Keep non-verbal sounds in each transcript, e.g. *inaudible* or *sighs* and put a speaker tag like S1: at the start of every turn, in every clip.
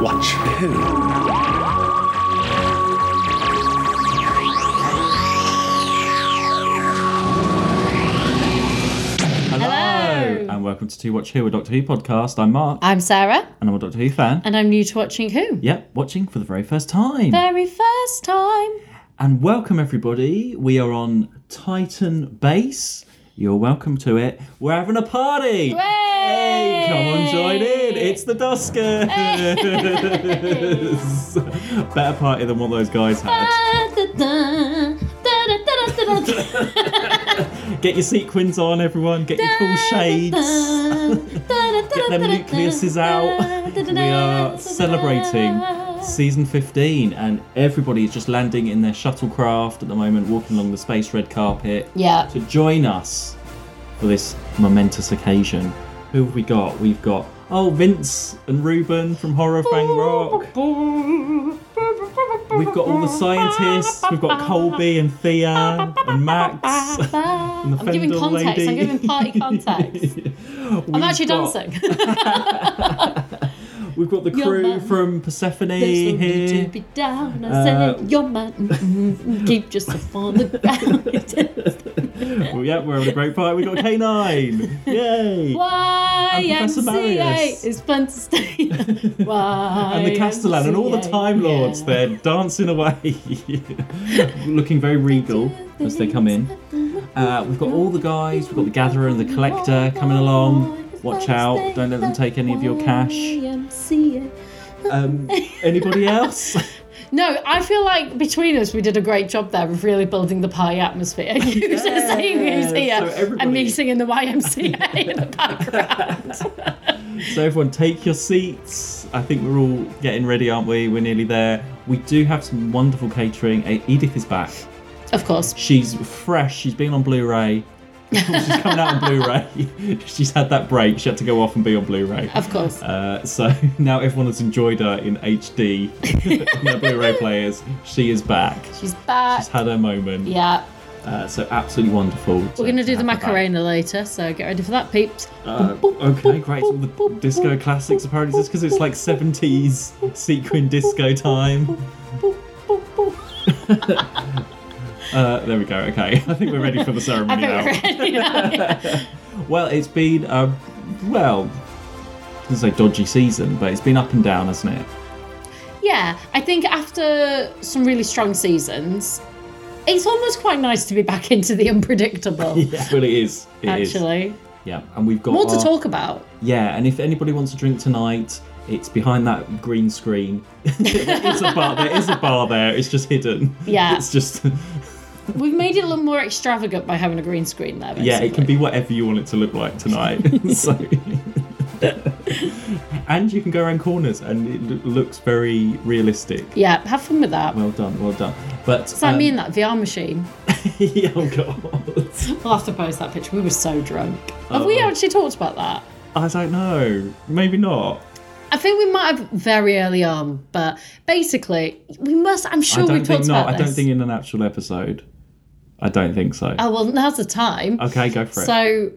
S1: Watch who?
S2: Hello. And welcome to Two Watch Who, a Doctor Who podcast. I'm Mark,
S3: I'm Sarah,
S2: and I'm a Doctor Who fan.
S3: and I'm new to watching Who.
S2: Yep, watching for the very first time.
S3: Very first time.
S2: And welcome, everybody. We are on Titan Base. You're welcome to it. We're having a party. Hey, come on, join in. It's the Duskers. *laughs* Better party than what those guys
S3: *laughs*
S2: had. Get your sequins on, everyone. Get *laughs* your cool shades. Get them
S3: *laughs*
S2: nucleuses out. We are celebrating season 15, and everybody is just landing in their shuttlecraft at the moment, walking along the space red carpet
S3: Yeah.
S2: to join us for this momentous occasion. Who have we got? We've got oh Vince and Ruben from Horror Fang Rock. We've got all the scientists. We've got Colby and Thea and Max. and the
S3: I'm giving
S2: Fendel
S3: context. I'm
S2: lady.
S3: giving
S2: *laughs*
S3: party context. I'm
S2: We've
S3: actually
S2: got-
S3: dancing.
S2: We've got the
S3: Your
S2: crew
S3: man.
S2: from Persephone
S3: There's no need
S2: here.
S3: to be down. I
S2: Uh,
S3: said, "You're man, mm, mm, keep yourself on the *laughs* ground."
S2: Well, *laughs* yeah, we're having a great party. We've got
S3: *laughs*
S2: K9. Yay! Professor
S3: YMCA
S2: Marius.
S3: is fun to
S2: *laughs*
S3: stay. *laughs* Why?
S2: and the Castellan and all the Time Lords there dancing away, *laughs* looking very regal as they come in. Uh, we've got all the guys, we've got the Gatherer and the Collector coming along. Watch out, don't let them take any of your cash. Um, anybody else? *laughs*
S3: No, I feel like between us we did a great job there of really building the party atmosphere. *laughs* who's saying who's
S2: so
S3: here
S2: everybody-
S3: and me singing the YMCA in the background.
S2: So everyone, take your seats. I think we're all getting ready, aren't we? We're nearly there. We do have some wonderful catering. Eh, Edith is back.
S3: of course.
S2: She's fresh. She's been on
S3: *laughs*
S2: Blu-ray. She's coming out on Blu-ray. *laughs* She's had that break. She had to go off and be on Blu-ray.
S3: Of course.
S2: Uh, so *laughs* now everyone has enjoyed her in
S3: *laughs*
S2: HD in their Blu-ray players. She is back.
S3: She's back.
S2: She's had her moment.
S3: yeah.
S2: Uh, so absolutely wonderful.
S3: We're going to do the Macarena later, so get ready for that, peeps.
S2: Uh, okay, great. All the disco classics apparently just because it's like 70s sequin disco time. *laughs* Uh, there we go. Okay, *laughs* I think we're ready for the
S3: I
S2: ceremony
S3: think
S2: now.
S3: we're ready now.
S2: *laughs*
S3: yeah.
S2: Well, it's been a well, I was gonna say dodgy season, but it's been up and down, hasn't it?
S3: *laughs* Yeah, I think after some really strong seasons, it's almost quite nice to be back into the unpredictable,
S2: Well, *laughs* it is. It is.
S3: actually.
S2: Yeah, and we've got
S3: More to
S2: our-
S3: talk about.
S2: Yeah, and if anybody wants a drink tonight, it's behind that green screen. *laughs* there is a bar. There is a bar there. It's just hidden.
S3: Yeah.
S2: It's just
S3: We've made it a little more extravagant by having a green screen there. Basically.
S2: yeah. It can be whatever you want it to look like tonight. *laughs* so. and you can go around corners, and it lo- looks very realistic.
S3: Yeah, have fun with that.
S2: Well done, well done. But
S3: It's like me and that VR machine.
S2: yeah, *laughs* oh god.
S3: We'll have to post that picture. We were so drunk. Have
S2: Oh.
S3: we actually talked about that?
S2: I don't know. Maybe not.
S3: I think we might have very early on, but basically, we must. I'm sure
S2: I
S3: we
S2: don't think
S3: talked
S2: not.
S3: about
S2: I
S3: this.
S2: don't think in an actual episode. I don't think so.
S3: Oh well, now's the time.
S2: okay, go for it.
S3: So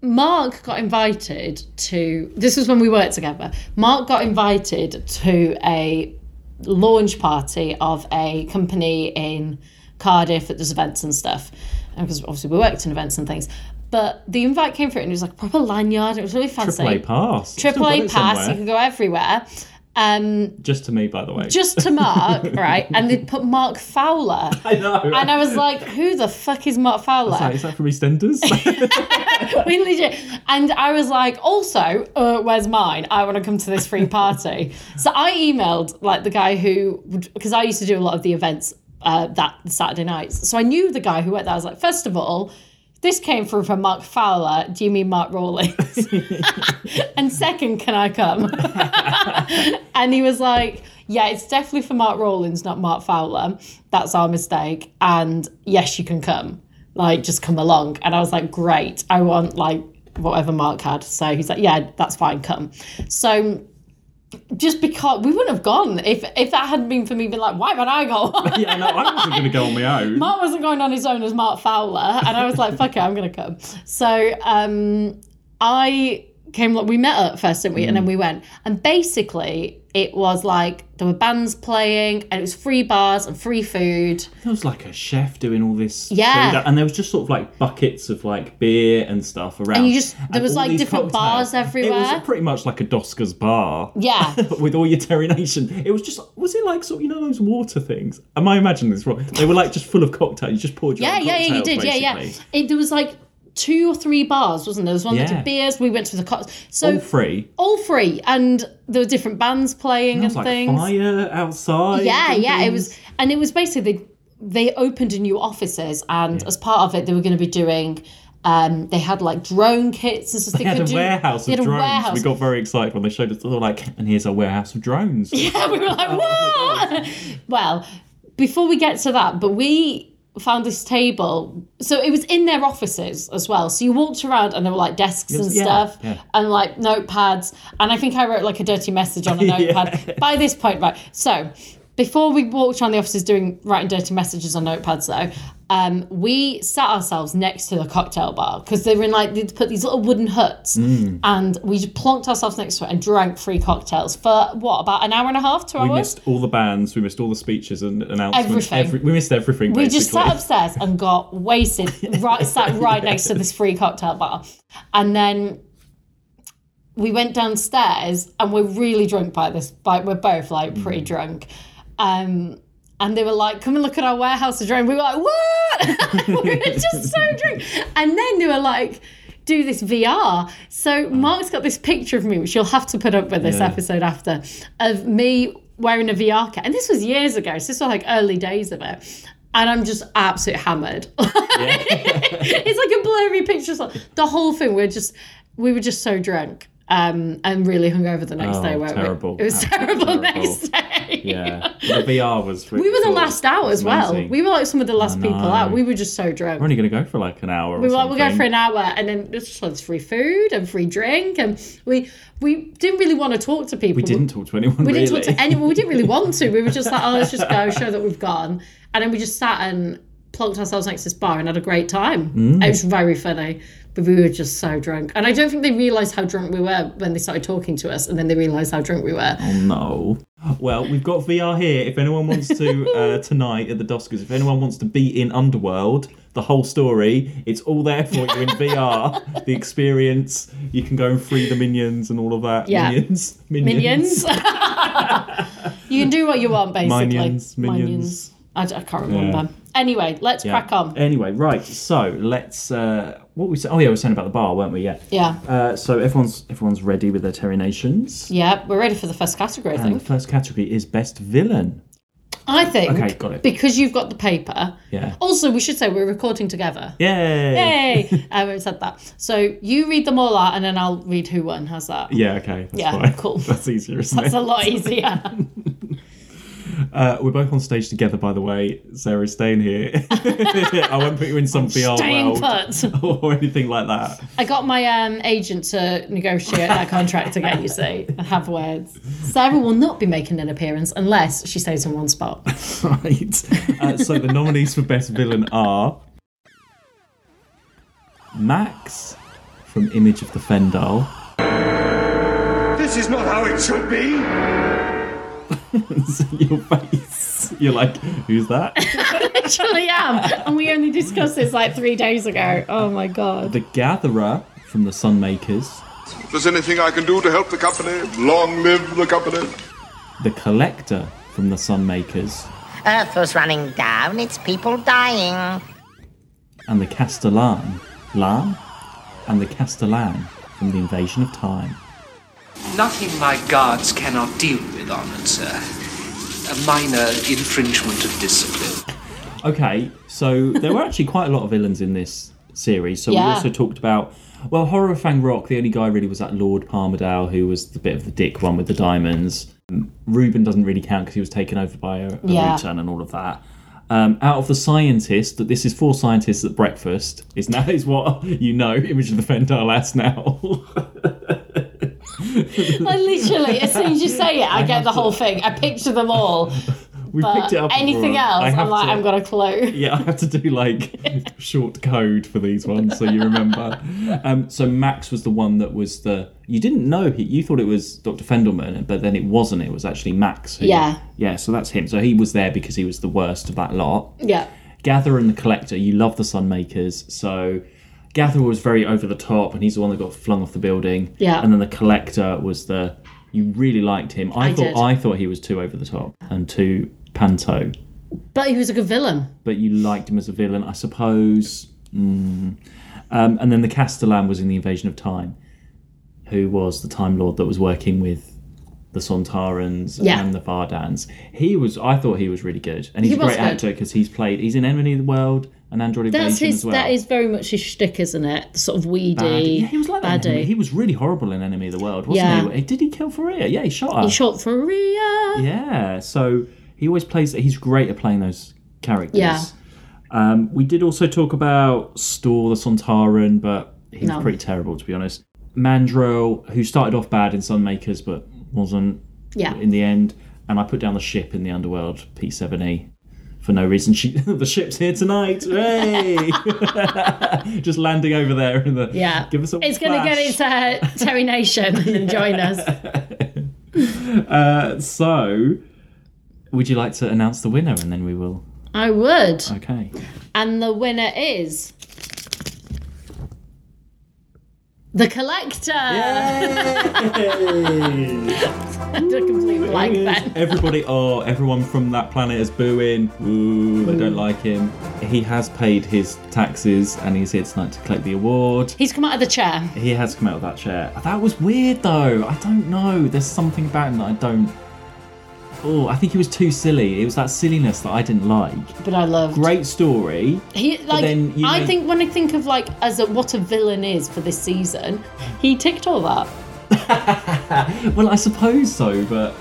S3: Mark got invited to this was when we worked together. Mark got invited to a launch party of a company in Cardiff that does events and stuff. And because obviously we worked in events and things. But the invite came through and it was like a proper lanyard. It was really fancy.
S2: Triple A pass. Still
S3: Triple
S2: got
S3: A
S2: it
S3: pass, you
S2: somewhere.
S3: can go everywhere. Um,
S2: Just to me, by the way.
S3: just to Mark, right? And they put Mark Fowler.
S2: *laughs* I know.
S3: And I was like, who the fuck is Mark Fowler?
S2: Sorry, is that from
S3: *laughs*
S2: EastEnders? *laughs*
S3: We legit. And I was like, also, uh, where's mine? I want to come to this free party. so I emailed like the guy who, because I used to do a lot of the events uh, that Saturday nights. So I knew the guy who went there. I was like, first of all, this came through from Mark Fowler. Do you mean Mark Rawlings? and second, can I come? and he was like, yeah, it's definitely for Mark Rawlings, not Mark Fowler. That's our mistake. And yes, you can come. Like, just come along. And I was like, great. I want like whatever Mark had. So he's like, yeah, that's fine. Come. So just because we wouldn't have gone if if that hadn't been for me being like, why would I *laughs* go?
S2: yeah, no, I wasn't going to go on my own.
S3: Mark wasn't going on his own as Mark Fowler, and I was like, "Fuck it, I'm gonna come." So um, I came. We met up first, didn't we? And
S2: Mm.
S3: then we went. And basically, it was like there were bands playing, and it was free bars and free food.
S2: There was like a chef doing all this. food
S3: Yeah.
S2: and there was just sort of like buckets of like beer and stuff around.
S3: And you just- there was,
S2: all
S3: like,
S2: these
S3: different
S2: cocktails.
S3: bars everywhere.
S2: It was pretty much like a Doskers bar. *laughs*
S3: Yeah.
S2: With all your terrination, it was just was it like sort of you know those water things? Am I imagining this wrong? They were like just full of cocktails. You just poured your
S3: yeah,
S2: own
S3: yeah, yeah. You
S2: cocktails,
S3: did. Yeah, yeah.
S2: basically.
S3: It, there was like two or three bars, wasn't there? There was one that
S2: Yeah.
S3: did beers. We went to the co- so
S2: All free.
S3: all free, and there were different bands playing
S2: There
S3: and
S2: was like
S3: things.
S2: fire outside.
S3: yeah
S2: and
S3: yeah it
S2: things.
S3: was and it was basically they, they opened a new offices and as part of it they were going to be doing um, they had like drone kits and stuff
S2: They had a warehouse
S3: they
S2: of
S3: had a
S2: drones.
S3: warehouse.
S2: We got very excited when they showed us. They were like, and here's our warehouse of drones.
S3: *laughs* *laughs* yeah we
S2: *laughs*
S3: were like
S2: Oh,
S3: what *laughs* well before we get to that but we found this table so it was in their offices as well so you walked around and there were like desks and
S2: yeah,
S3: stuff
S2: yeah.
S3: and like notepads and i think i wrote like a dirty message on
S2: *laughs*
S3: a
S2: Yeah.
S3: notepad *laughs* by this point right so before we walked around the offices doing writing dirty messages on notepads though um, we sat ourselves next to the cocktail bar because they were in like they'd put these little wooden huts
S2: Mm.
S3: and we just plonked ourselves next to it and drank free cocktails for what about an hour and a half two
S2: We
S3: hours
S2: missed all the bands. We missed all the speeches and announcements.
S3: Everything.
S2: Every- we missed everything.
S3: We
S2: basically.
S3: just sat upstairs and got wasted,
S2: *laughs*
S3: right sat right next to this free cocktail bar. And then we went downstairs and we're really drunk by this by we're both like pretty
S2: Mm.
S3: drunk. Um and they were like, come and look at our warehouse of drone. We were like, what? *laughs* we were just so drunk. And then they were like, do this VR. So Mark's got this picture of me, which you'll have to put up with this
S2: Yeah.
S3: episode after, of me wearing a VR kit. And this was years ago. So this was like early days of it. And I'm just absolutely hammered. *laughs* it's like a blurry picture. So The whole thing, we're just, we were just so drunk. Um, and really hungover the next
S2: Oh,
S3: day, weren't
S2: terrible.
S3: we? It was
S2: Absolutely
S3: terrible, *laughs*
S2: terrible.
S3: next day.
S2: *laughs* Yeah,
S3: *laughs*
S2: the VR was.
S3: We were the last out as well. We were like some of the last people
S2: know.
S3: out. We were just so drunk.
S2: We're only going to go for like an hour.
S3: We were like, we'll go for an hour, and then there's just like free food and free drink, and we we didn't really want to talk to people.
S2: We didn't talk to anyone.
S3: We
S2: really.
S3: didn't talk to anyone. We didn't really want to. We were just like, oh, let's just go, show that we've gone, and then we just sat and plonked ourselves next to this bar and had a great time.
S2: Mm.
S3: It was very funny, but we were just so drunk, and I don't think they realised how drunk we were when they started talking to us, and then they realised how drunk we were.
S2: No. Well, we've got VR here. If anyone wants to uh, tonight at the Doskers, if anyone wants to be in Underworld, the whole story, it's all there for you in VR. The experience, you can go and free the minions and all of that.
S3: Yeah.
S2: Minions, minions.
S3: Minions. *laughs* you can do what you want, basically.
S2: Minions, minions.
S3: I, d- I can't remember. Anyway, let's
S2: Yeah.
S3: crack on.
S2: Anyway, right. So let's. Uh, what we say? Oh yeah, we were saying about the bar, weren't we? Yeah.
S3: Yeah.
S2: Uh, so everyone's everyone's ready with their terminations.
S3: Yeah, we're ready for the first category, I
S2: And the
S3: think.
S2: first category is best villain.
S3: I think
S2: Okay, got it.
S3: because you've got the paper.
S2: Yeah.
S3: Also, we should say we're recording together.
S2: Yay! *laughs*
S3: Hey, I haven't said that. So you read them all out, and then I'll read who won. How's that?
S2: Yeah. Okay. That's
S3: Yeah,
S2: fine. *laughs*
S3: cool.
S2: That's easier, isn't
S3: That's
S2: it?
S3: a
S2: *laughs*
S3: lot easier.
S2: Uh, we're both on stage together, by the way. Sarah's staying here. *laughs* I won't put you in
S3: *laughs*
S2: some VR
S3: Staying
S2: world *laughs*
S3: put.
S2: or anything like that.
S3: I got my um, agent to negotiate that contract again, you see, and have words. Sarah will not be making an appearance unless she stays in one spot.
S2: right. Uh, so the nominees for best villain are Max from Image of the *laughs* Fendal,
S1: This is not how it should be.
S2: your face. You're like, who's that?
S3: Actually, am. And we only discussed this like three days ago. Oh my God.
S2: The Gatherer from the Sunmakers,
S1: If there's anything I can do to help the company, long live the company.
S2: the Collector from the Sunmakers,
S4: Earth was running down, its people dying.
S2: and the Castellan, Lan, and the Castellan from the Invasion of Time.
S5: Nothing my guards cannot deal with on its earth. A minor infringement of discipline.
S2: Okay, so there
S3: *laughs*
S2: were actually quite a lot of villains in this series. So we
S3: Yeah.
S2: also talked about well, Horror Fang Rock. The only guy really was that Lord Palmerdale, who was the bit of the dick one with the diamonds. Um, Reuben doesn't really count because he was taken over by a, a
S3: Yeah.
S2: return and all of that. Um, out of the scientist, that this is for scientists at breakfast is *laughs* now is what you know. Image of the Fendal as now. *laughs* *laughs*
S3: Like, literally, as soon as you say it, I get the whole thing. I picture them all
S2: We
S3: But
S2: picked it up.
S3: anything
S2: before. I
S3: else,
S2: have
S3: I'm like,
S2: to-
S3: I'm gonna clue.
S2: Yeah, I have to do
S3: *laughs*
S2: like short code for these ones so you remember. Um, so Max was the one that was the you didn't know he, you thought it was Dr. Fendelman, but then it wasn't. It was actually Max. who-
S3: Yeah.
S2: Yeah. So that's him. So he was there because he was the worst of that lot.
S3: Yeah.
S2: Gather and the Collector, you love the Sunmakers, so Gather was very over the top, and he's the one that got flung off the building.
S3: Yeah.
S2: And then the Collector was the you really liked him. I,
S3: I
S2: thought
S3: did.
S2: I thought he was too over the top and too panto,
S3: But he was a good villain.
S2: but you liked him as a villain, I suppose. Mm. Um, and then the Castellan was in the Invasion of Time, who was the Time Lord that was working with. The Sontarans
S3: Yeah.
S2: and the Vardans. He was, I thought he was really good, and he's
S3: He
S2: a
S3: was
S2: great
S3: good.
S2: actor because he's played. He's in Enemy of the World and Android
S3: That's
S2: Invasion
S3: his.
S2: as well.
S3: That is very much his shtick, isn't it? Sort of weedy.
S2: Bad. Yeah, he was like that. in Enemy.
S3: baddie.
S2: He was really horrible in Enemy of the World, wasn't
S3: Yeah.
S2: he? Did he kill Faria? Yeah, he shot her.
S3: He shot for Rhea.
S2: Yeah, so he always plays. He's great at playing those characters.
S3: Yeah.
S2: Um, we did also talk about Stor the Sontaran, but he's
S3: No.
S2: pretty terrible to be honest. Mandrill, who started off bad in Sunmakers but wasn't
S3: Yeah.
S2: in the end, and I put down the ship in the Underworld P7E for no reason. She *laughs* the ship's here tonight. Hey, *laughs* just landing over there in the
S3: Yeah.
S2: Give us a
S3: It's going to get
S2: flash.
S3: its uh, Terry Nation and
S2: *laughs*
S3: join us.
S2: Uh, So, would you like to announce the winner and then we will?
S3: I would.
S2: Okay.
S3: And the winner is. The collector. Did a complete blank then.
S2: Everybody, oh, everyone from that planet is booing. Ooh, I don't like him. He has paid his taxes and he's here tonight to collect the award.
S3: He's come out of the chair.
S2: He has come out of that chair. That was weird though. I don't know. There's something about him that I don't. Oh, I think he was too silly. It was that silliness that I didn't like.
S3: But I love.
S2: Great story.
S3: He like
S2: then, you
S3: I
S2: know-
S3: think when I think of like as a, what a villain is for this season, he ticked all that.
S2: Well, I suppose so, but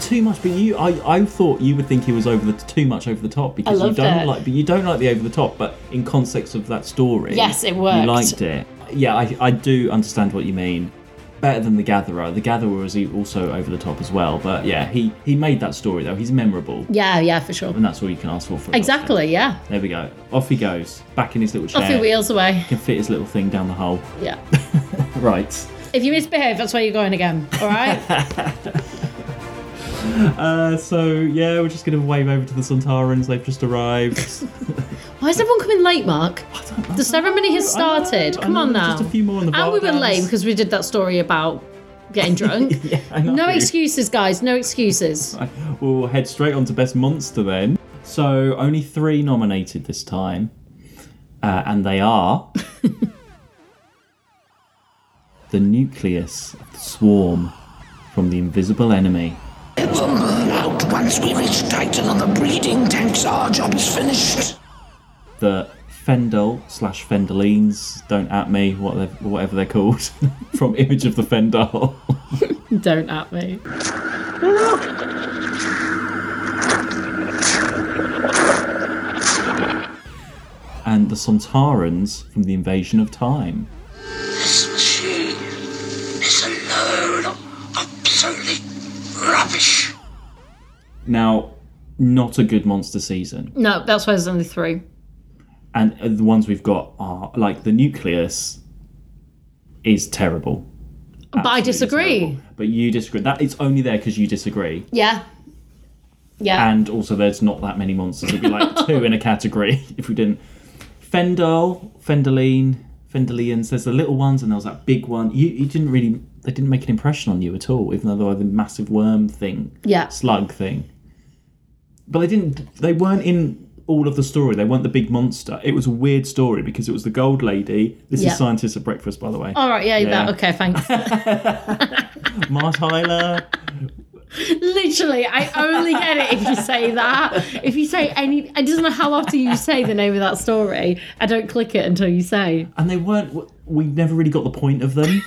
S2: too much. But you, I, I thought you would think he was over the too much over the top because you
S3: loved
S2: don't
S3: it.
S2: like, but you don't like the over the top. But in context of that story,
S3: Yes, it worked.
S2: You liked it. Yeah, I, I do understand what you mean. Better than the Gatherer. The Gatherer was e- also over the top as well. But yeah, he he made that story though. He's memorable,
S3: Yeah, yeah, for sure.
S2: and that's all you can ask for. for a
S3: Exactly, yeah.
S2: doctor. There we go. Off he goes, back in his little chair.
S3: Off your wheels away.
S2: Can fit his little thing down the hole. *laughs*
S3: Yeah.
S2: Right.
S3: If you misbehave, that's where you're going again.
S2: *laughs*
S3: All right.
S2: Uh, so yeah, we're just gonna wave over to the Suntarans. They've just arrived.
S3: Why is everyone coming late, Mark? The ceremony has
S2: I know,
S3: started.
S2: I
S3: Come on
S2: know,
S3: now.
S2: just a few more on the
S3: and we were
S2: Vardans.
S3: late because we did that story about
S2: *laughs*
S3: getting drunk.
S2: Yeah, I know.
S3: No excuses, guys. No excuses.
S2: *laughs* We'll head straight on to Best Monster then. So, only three nominated this time, uh, and they are the nucleus of the swarm from the invisible enemy.
S6: Out once we reach Titan and the breeding tanks, our job is finished.
S2: The Fendel slash Fendelines, don't at me, what they're- whatever they're called, *laughs* from Image of the Fendel. *laughs*
S3: Don't at me.
S2: and the Sontarans from the Invasion of Time.
S6: This machine is a load of obsolete rubbish.
S2: Now, not a good monster season.
S3: No, that's why there's only three.
S2: and uh, the ones we've got are like the nucleus is terrible.
S3: But I disagree.
S2: terrible. But you disagree. That it's only there because you disagree,
S3: Yeah. Yeah.
S2: and also there's not that many monsters. It'd be
S3: *laughs*
S2: like two in a category *laughs* if we didn't. Fendel, Fendeline, Fendelians. There's the little ones, and there was that big one. You, you didn't really. They didn't make an impression on you at all, even though they were the massive worm thing,
S3: yeah.
S2: slug thing. But they didn't. They weren't in all of the story. They weren't the big monster. It was a weird story because it was the gold lady. This
S3: Yeah. Oh.
S2: is scientists at breakfast, by the way.
S3: All right. Yeah.
S2: Yeah.
S3: That.
S2: *laughs*
S3: Okay. Thanks.
S2: Mart Hyler.
S3: Literally, I only get it if you say that. If you say any, I don't know how often you say the name of that story. I don't click it until you say.
S2: and they weren't we never really got the point of
S3: *laughs*
S2: them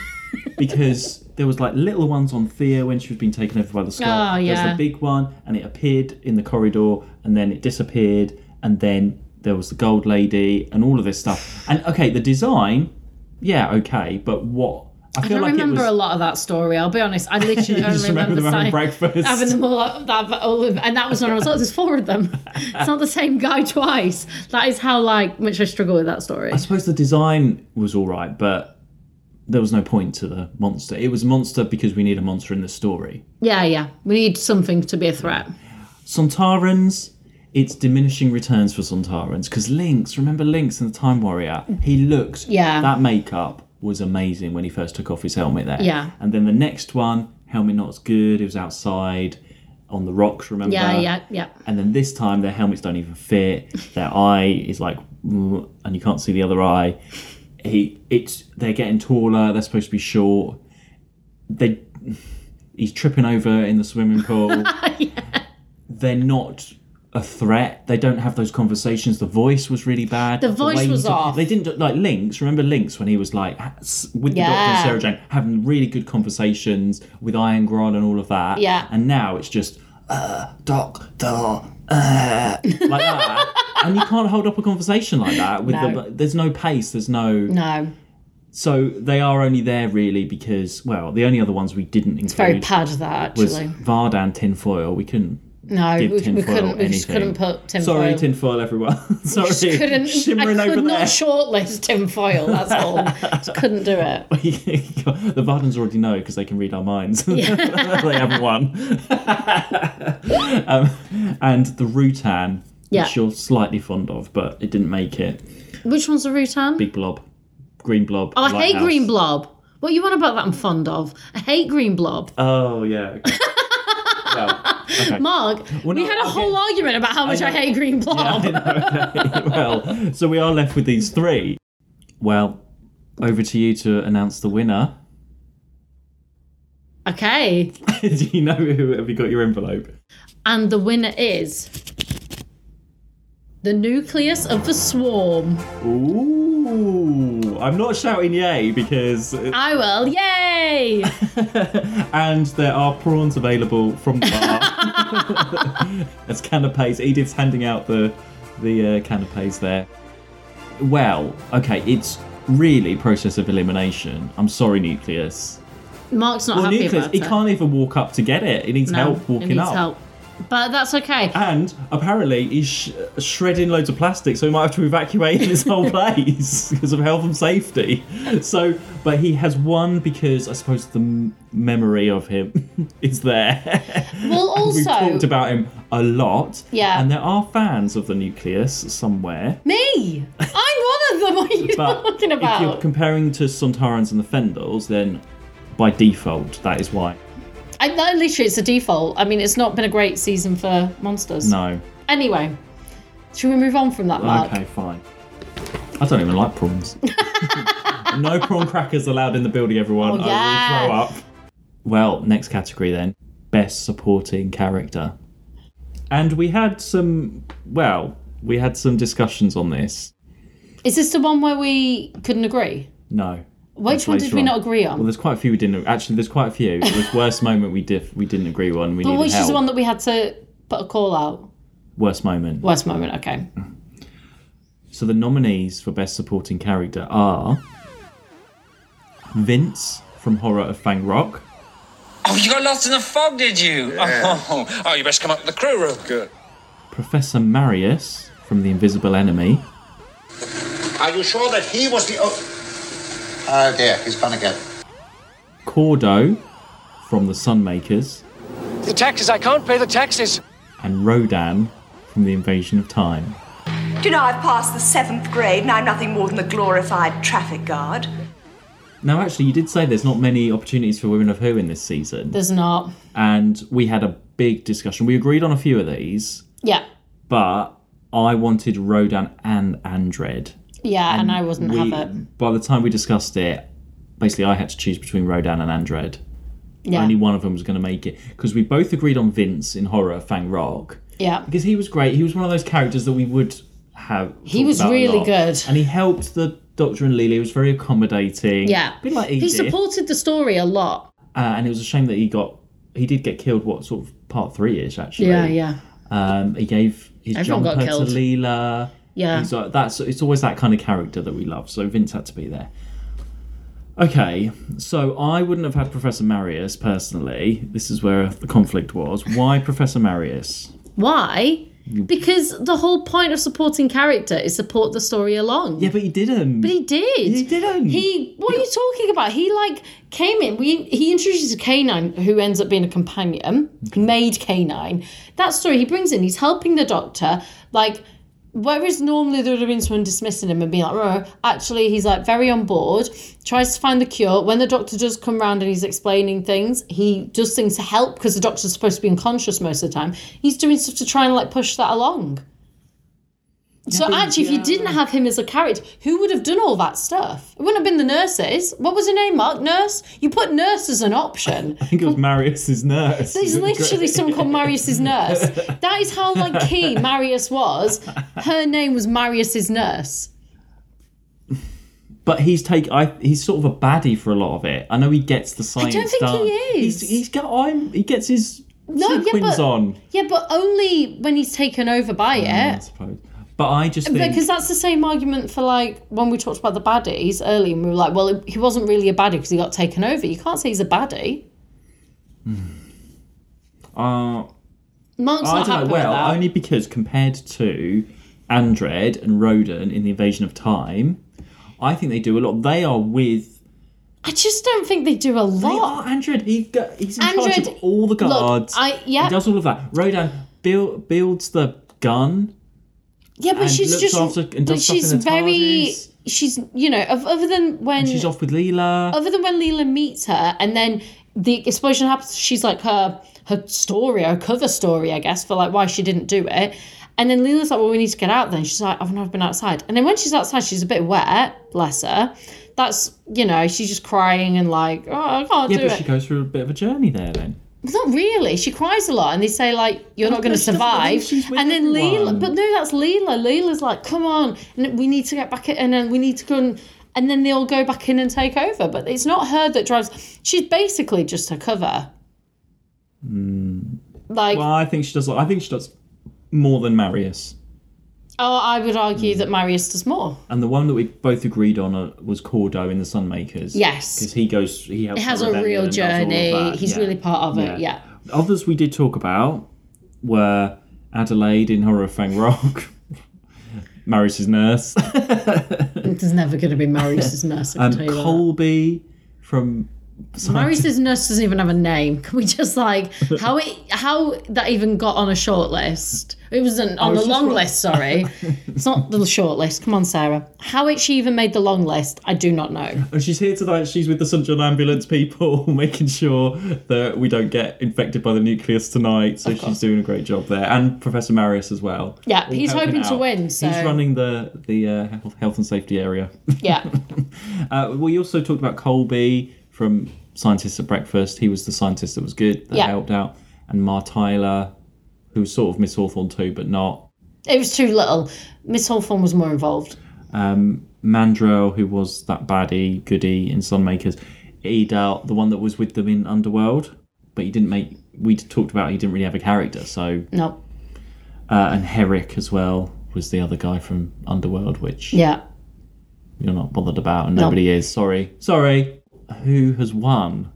S2: because there was like little ones on Thea when she was being taken over by the skull.
S3: Oh, yeah.
S2: There's the big one and it appeared in the corridor and then it disappeared and then there was the
S3: *sighs*
S2: gold lady and all of this stuff. And okay, the design, yeah, okay, but what I
S3: I
S2: feel
S3: don't
S2: like
S3: remember
S2: it
S3: a
S2: was.
S3: lot of that story. I'll be honest. I literally
S2: *laughs* You
S3: only
S2: just remember them having
S3: saying-
S2: breakfast.
S3: having them all, up- that, all of, and that was when I was like, "There's four of them. It's not the same guy twice." That is how like much I struggle with that
S2: *laughs*
S3: story.
S2: I suppose the design was all right, but there was no point to the monster. It was a monster because we need a monster in the story.
S3: Yeah, yeah. We need something to be a threat.
S2: Sontarans, it's diminishing returns for Sontarans because Lynx, remember Lynx and the Time Warrior? He looked,
S3: Yeah.
S2: that makeup was amazing when he first took off his helmet there.
S3: Yeah.
S2: And then the next one, helmet not as good, it was outside on the rocks, remember?
S3: Yeah, yeah, yeah.
S2: And then this time their helmets don't even fit, their eye is like, mm, and you can't see the other eye. He, it's they're getting taller. They're supposed to be short. They, he's tripping over in the swimming
S3: *laughs*
S2: pool they're not a threat. They don't have those conversations. The voice was really bad.
S3: The voice
S2: way he
S3: was
S2: talk-
S3: off.
S2: They didn't like Lynx. Remember Lynx when he was like ha- s- with the Doctor
S3: Yeah.
S2: and Sarah Jane having really good conversations with Iron Grod and all of that.
S3: Yeah.
S2: And now it's just uh, Doctor uh, like
S3: *laughs*
S2: that, and you can't hold up a conversation like that. With
S3: No.
S2: the, there's no pace. There's no.
S3: No,
S2: So they are only there really because well the only other ones we didn't include
S3: very bad that
S2: was
S3: actually.
S2: Vardan tinfoil. We couldn't
S3: No, we,
S2: give
S3: we
S2: tinfoil
S3: couldn't. We
S2: anything.
S3: just couldn't put tinfoil.
S2: Sorry, tinfoil, everyone. *laughs* Sorry,
S3: Just couldn't.
S2: *laughs* shimmering
S3: I could
S2: over
S3: not
S2: there. *laughs*
S3: shortlist tinfoil. That's all. just couldn't do it.
S2: Oh, *laughs* the Vardans already know because they can read our minds. *laughs* they haven't won. *laughs* um, and the Rutan,
S3: Yeah.
S2: which you're slightly fond of, but it didn't make it.
S3: Which one's the Rutan?
S2: Big blob, green blob.
S3: oh, I hate
S2: lighthouse.
S3: green blob. What you want about that? I'm fond of. I hate green blob.
S2: Oh yeah.
S3: *laughs*
S2: okay. well, okay.
S3: Mark, we
S2: no,
S3: had a
S2: okay.
S3: whole argument about how much I,
S2: know.
S3: hate green
S2: *laughs*
S3: blob.
S2: well, so we are left with these three. Well, over to you to announce the winner. *laughs*
S3: Okay,
S2: Do you know who have you got your envelope?
S3: and the winner is the nucleus of the swarm.
S2: Ooh, I'm not shouting yay because *laughs*
S3: I will. Yay!
S2: and there are prawns available from the bar *laughs* as canapes. Edith's handing out the the uh, canapes there. Well, okay, it's really process of elimination. I'm sorry, Nucleus.
S3: Mark's not
S2: Well,
S3: happy
S2: Nucleus,
S3: about
S2: he
S3: it.
S2: can't even walk up to get it. He needs
S3: No,
S2: help
S3: he
S2: walking
S3: needs
S2: up. Ah,
S3: help. But that's okay.
S2: And apparently, he's sh- shredding loads of plastic, so he might have to evacuate
S3: *laughs*
S2: this whole place *laughs* because of health and safety. So, but he has won because I suppose the m- memory of him *laughs* is there.
S3: Well,
S2: *laughs* We've
S3: also
S2: talked about him a lot.
S3: Yeah.
S2: And there are fans of the nucleus somewhere.
S3: me. I'm one of them. *laughs* What are you
S2: But
S3: talking
S2: if you're
S3: about?
S2: comparing to Sontarans and the Fendels, then by default, that is why.
S3: I, no, literally, it's a default. I mean, it's not been a great season for monsters.
S2: No.
S3: Anyway, should we move on from that, Mark?
S2: Okay, fine. I don't even like
S3: *laughs*
S2: prawns. no prawn crackers allowed in the building, everyone.
S3: Oh,
S2: I
S3: yeah.
S2: will throw up. Well, next category then best supporting character. And we had some, well, we had some discussions on this.
S3: Is this the one where we couldn't agree?
S2: No.
S3: Which
S2: That's
S3: one did
S2: later
S3: we
S2: on.
S3: not agree on?
S2: Well, there's quite a few we didn't. Actually, there's quite a few. It was worst *laughs* moment we diff, we didn't agree on. We
S3: but
S2: needed
S3: which
S2: help.
S3: is the one that we had to put a call out?
S2: Worst moment.
S3: Worst moment. Okay.
S2: Mm-hmm. So the nominees for Best Supporting Character are Vince from Horror of Fang Rock,
S7: Oh, you got lost in the fog, did you? *laughs* Oh, oh, you best come up to the crew room.
S1: Good.
S2: Professor Marius from The Invisible Enemy,
S8: Are you sure that he was the. Oh, oh dear, he's gone again.
S2: Cordo from The Sunmakers,
S5: The taxes, I can't pay the taxes.
S2: and Rodan from The Invasion of Time.
S9: Do you know I've passed the seventh grade and I'm nothing more than a glorified traffic guard?
S2: Now, actually, you did say there's not many opportunities for Women of Who in this season,
S3: There's not.
S2: and we had a big discussion. We agreed on a few of these,
S3: Yeah.
S2: but I wanted Rodan and Andred.
S3: Yeah, and, I wasn't
S2: We-
S3: have it.
S2: By the time we discussed it, basically, I had to choose between Rodan and Andred.
S3: Yeah.
S2: Only one of them was going to make it because we both agreed on Vince in Horror of Fang Rock.
S3: yeah.
S2: because he was great. He was one of those characters that we would have.
S3: He
S2: talked
S3: was
S2: about a
S3: really
S2: lot.
S3: good.
S2: and he helped the Doctor and Lily. He was very accommodating.
S3: Yeah.
S2: a bit like
S3: He
S2: Edith.
S3: supported the story a lot.
S2: uh, and it was a shame that he got. He did get killed. What sort of part three ish actually?
S3: Yeah, yeah.
S2: Um, he gave his
S3: Everyone got
S2: jumper to
S3: killed.
S2: Leela.
S3: Yeah.
S2: uh, He's like, that's it's always that kind of character that we love. So Vince had to be there. Okay, so I wouldn't have had Professor Marius personally. This is where the conflict was. Why Professor Marius?
S3: Why? Because the whole point of supporting character is support the story along.
S2: Yeah, but he didn't.
S3: But he did.
S2: He didn't.
S3: He. What are you talking about? He like came in. We he introduces a canine who ends up being a companion, made canine. That story he brings in. He's helping the doctor. Like, whereas normally there would have been someone dismissing him and being like, "Ruh," actually he's like very on board. Tries to find the cure. When the doctor does come round and he's explaining things, he does things to help because the doctor's supposed to be unconscious most of the time. He's doing stuff to try and like push that along. So actually, if you didn't have him as a character, who would have done all that stuff? It wouldn't have been the nurses. What was her name, Mark? Nurse? You put nurse as
S2: *laughs*
S3: an option.
S2: I think it was Marius's nurse.
S3: There's literally someone called Marius's nurse. That is how like key Marius was. Her name was Marius's nurse.
S2: But he's take. I. He's sort of a baddie for a lot of it. I know he gets the science
S3: don't think
S2: done.
S3: he is.
S2: He's, he's got. I'm. He gets his
S3: yeah,
S2: sequins
S3: but-
S2: on.
S3: Yeah, but only when he's taken over by
S2: I
S3: it.
S2: suppose. But Mm. I just think.
S3: Because that's the same argument for like when we talked about the baddies earlier, and we were like, well, he wasn't really a baddie because he got taken over. You can't say he's a baddie.
S2: uh,
S3: Mark's
S2: Oh, I
S3: not
S2: don't
S3: happy
S2: know.
S3: with
S2: Well,
S3: that.
S2: only because compared to Andred and Rodan in the Invasion of Time, I think they do a lot. They are with.
S3: I just don't think they do a
S2: They
S3: lot.
S2: are Andred. He go, he's in charge
S3: Andred-
S2: of all the
S3: Look,
S2: guards.
S3: I- yeah.
S2: He does all of that. Rodan build, builds the gun.
S3: Yeah, but
S2: and
S3: she's
S2: looks
S3: just.
S2: after- and
S3: but
S2: does stuff in
S3: she's
S2: the
S3: very.
S2: TARDIS.
S3: She's you know of- other than when
S2: She's off with Leela.
S3: other than when Leela meets her and then the explosion happens. She's like her her story, her cover story, I guess, for like why she didn't do it. And then Leela's like, well, we need to get out. Then she's like, I've not been outside. And then when she's outside, she's a bit wet. Bless her. That's you know she's just crying and like oh I can't
S2: yeah,
S3: do
S2: but
S3: it.
S2: she goes through a bit of a journey there then.
S3: Not really. She cries a lot, and they say like, "You're not going to
S2: she doesn't, but then
S3: survive."
S2: she's with
S3: and then
S2: everyone.
S3: Leela, but no, that's Leela. Leela's like, "Come on, and we need to get back in, and then we need to go and." And then they all go back in and take over, but it's not her that drives. She's basically just a cover. Like,
S2: Hmm. Well, I think she does. I think she does more than Marius.
S3: oh, I would argue that Marius does more.
S2: And the one that we both agreed on uh, was Cordo in the Sunmakers.
S3: Yes.
S2: because he goes. He helps
S3: It has
S2: the
S3: a
S2: rebellion
S3: real
S2: and does all of
S3: journey.
S2: that,
S3: He's
S2: yeah.
S3: really part of it. Yeah.
S2: Yeah. Others we did talk about were Adelaide in Horror of Fang Rock, *laughs* Marius's
S3: *laughs*
S2: nurse,
S3: There's never going to
S2: *laughs*
S3: be Marius's nurse. I
S2: um,
S3: can tell you that.
S2: Colby from.
S3: Maurice's nurse doesn't even have a name. Can we just like how it how that even got on a short list? It wasn't on the
S2: just
S3: long
S2: wa- *laughs*
S3: list. Sorry, it's not the short list. Come on, Sarah. How it she even made the long list? I do
S2: *laughs*
S3: not know.
S2: And she's here tonight. She's with the St John Ambulance people, *laughs* making sure that we don't get infected by the nucleus tonight. So she's doing a great job there, and Professor Marius as well.
S3: Yeah,
S2: All
S3: he's
S2: helping
S3: hoping to
S2: out.
S3: win, so-
S2: he's running the the uh, health- health and safety area.
S3: Yeah,
S2: *laughs* Uh, we also talked about Colby from Scientists at Breakfast. He was the scientist that was good, that
S3: Yeah.
S2: helped out. And Mar Tyler, who was sort of Miss Hawthorne too, but not.
S3: it was too little. Miss Hawthorne was more involved.
S2: Um, Mandrell, who was that baddie, goody in Sunmakers. Edel, the one that was with them in Underworld, but he didn't make. We talked about he didn't really have a character, so.
S3: No,
S2: Uh, and Herrick as well was the other guy from Underworld, which
S3: yeah,
S2: you're not bothered about, and nobody is. Sorry. Sorry. Who has won?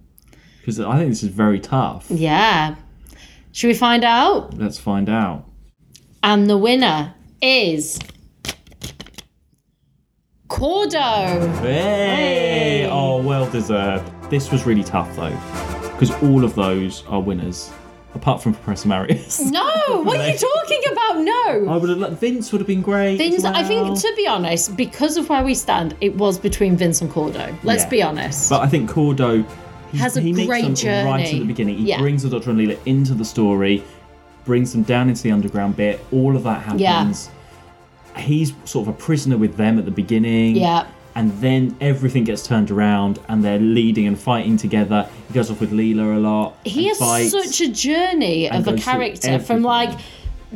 S2: Because I think this is very tough.
S3: yeah. Should we find out?
S2: Let's find out.
S3: And the winner is Cordo.
S2: Hey! Oh, well deserved. This was really tough though, because all of those are winners, apart from Professor *laughs* Marius.
S3: No, what are you talking about?
S2: I
S3: No.
S2: would have. let- Oh, Vince would have been great.
S3: Vince,
S2: as
S3: I think,
S2: well.
S3: to be honest, because of where we stand, it was between Vince and Cordo. Let's
S2: Yeah.
S3: be honest.
S2: But I think Cordo he-
S3: Has a
S2: he makes
S3: great
S2: them right at
S3: journey.
S2: the beginning. He
S3: Yeah.
S2: brings the Doctor and Leela into the story, brings them down into the underground bit. All of that
S3: Yeah.
S2: happens. He's sort of a prisoner with them at the beginning.
S3: Yeah.
S2: And then everything gets turned around, and they're leading and fighting together. He goes off with Leela a lot.
S3: he
S2: and
S3: has
S2: fights.
S3: such a journey
S2: and
S3: of a
S2: goes through
S3: character
S2: everything.
S3: from like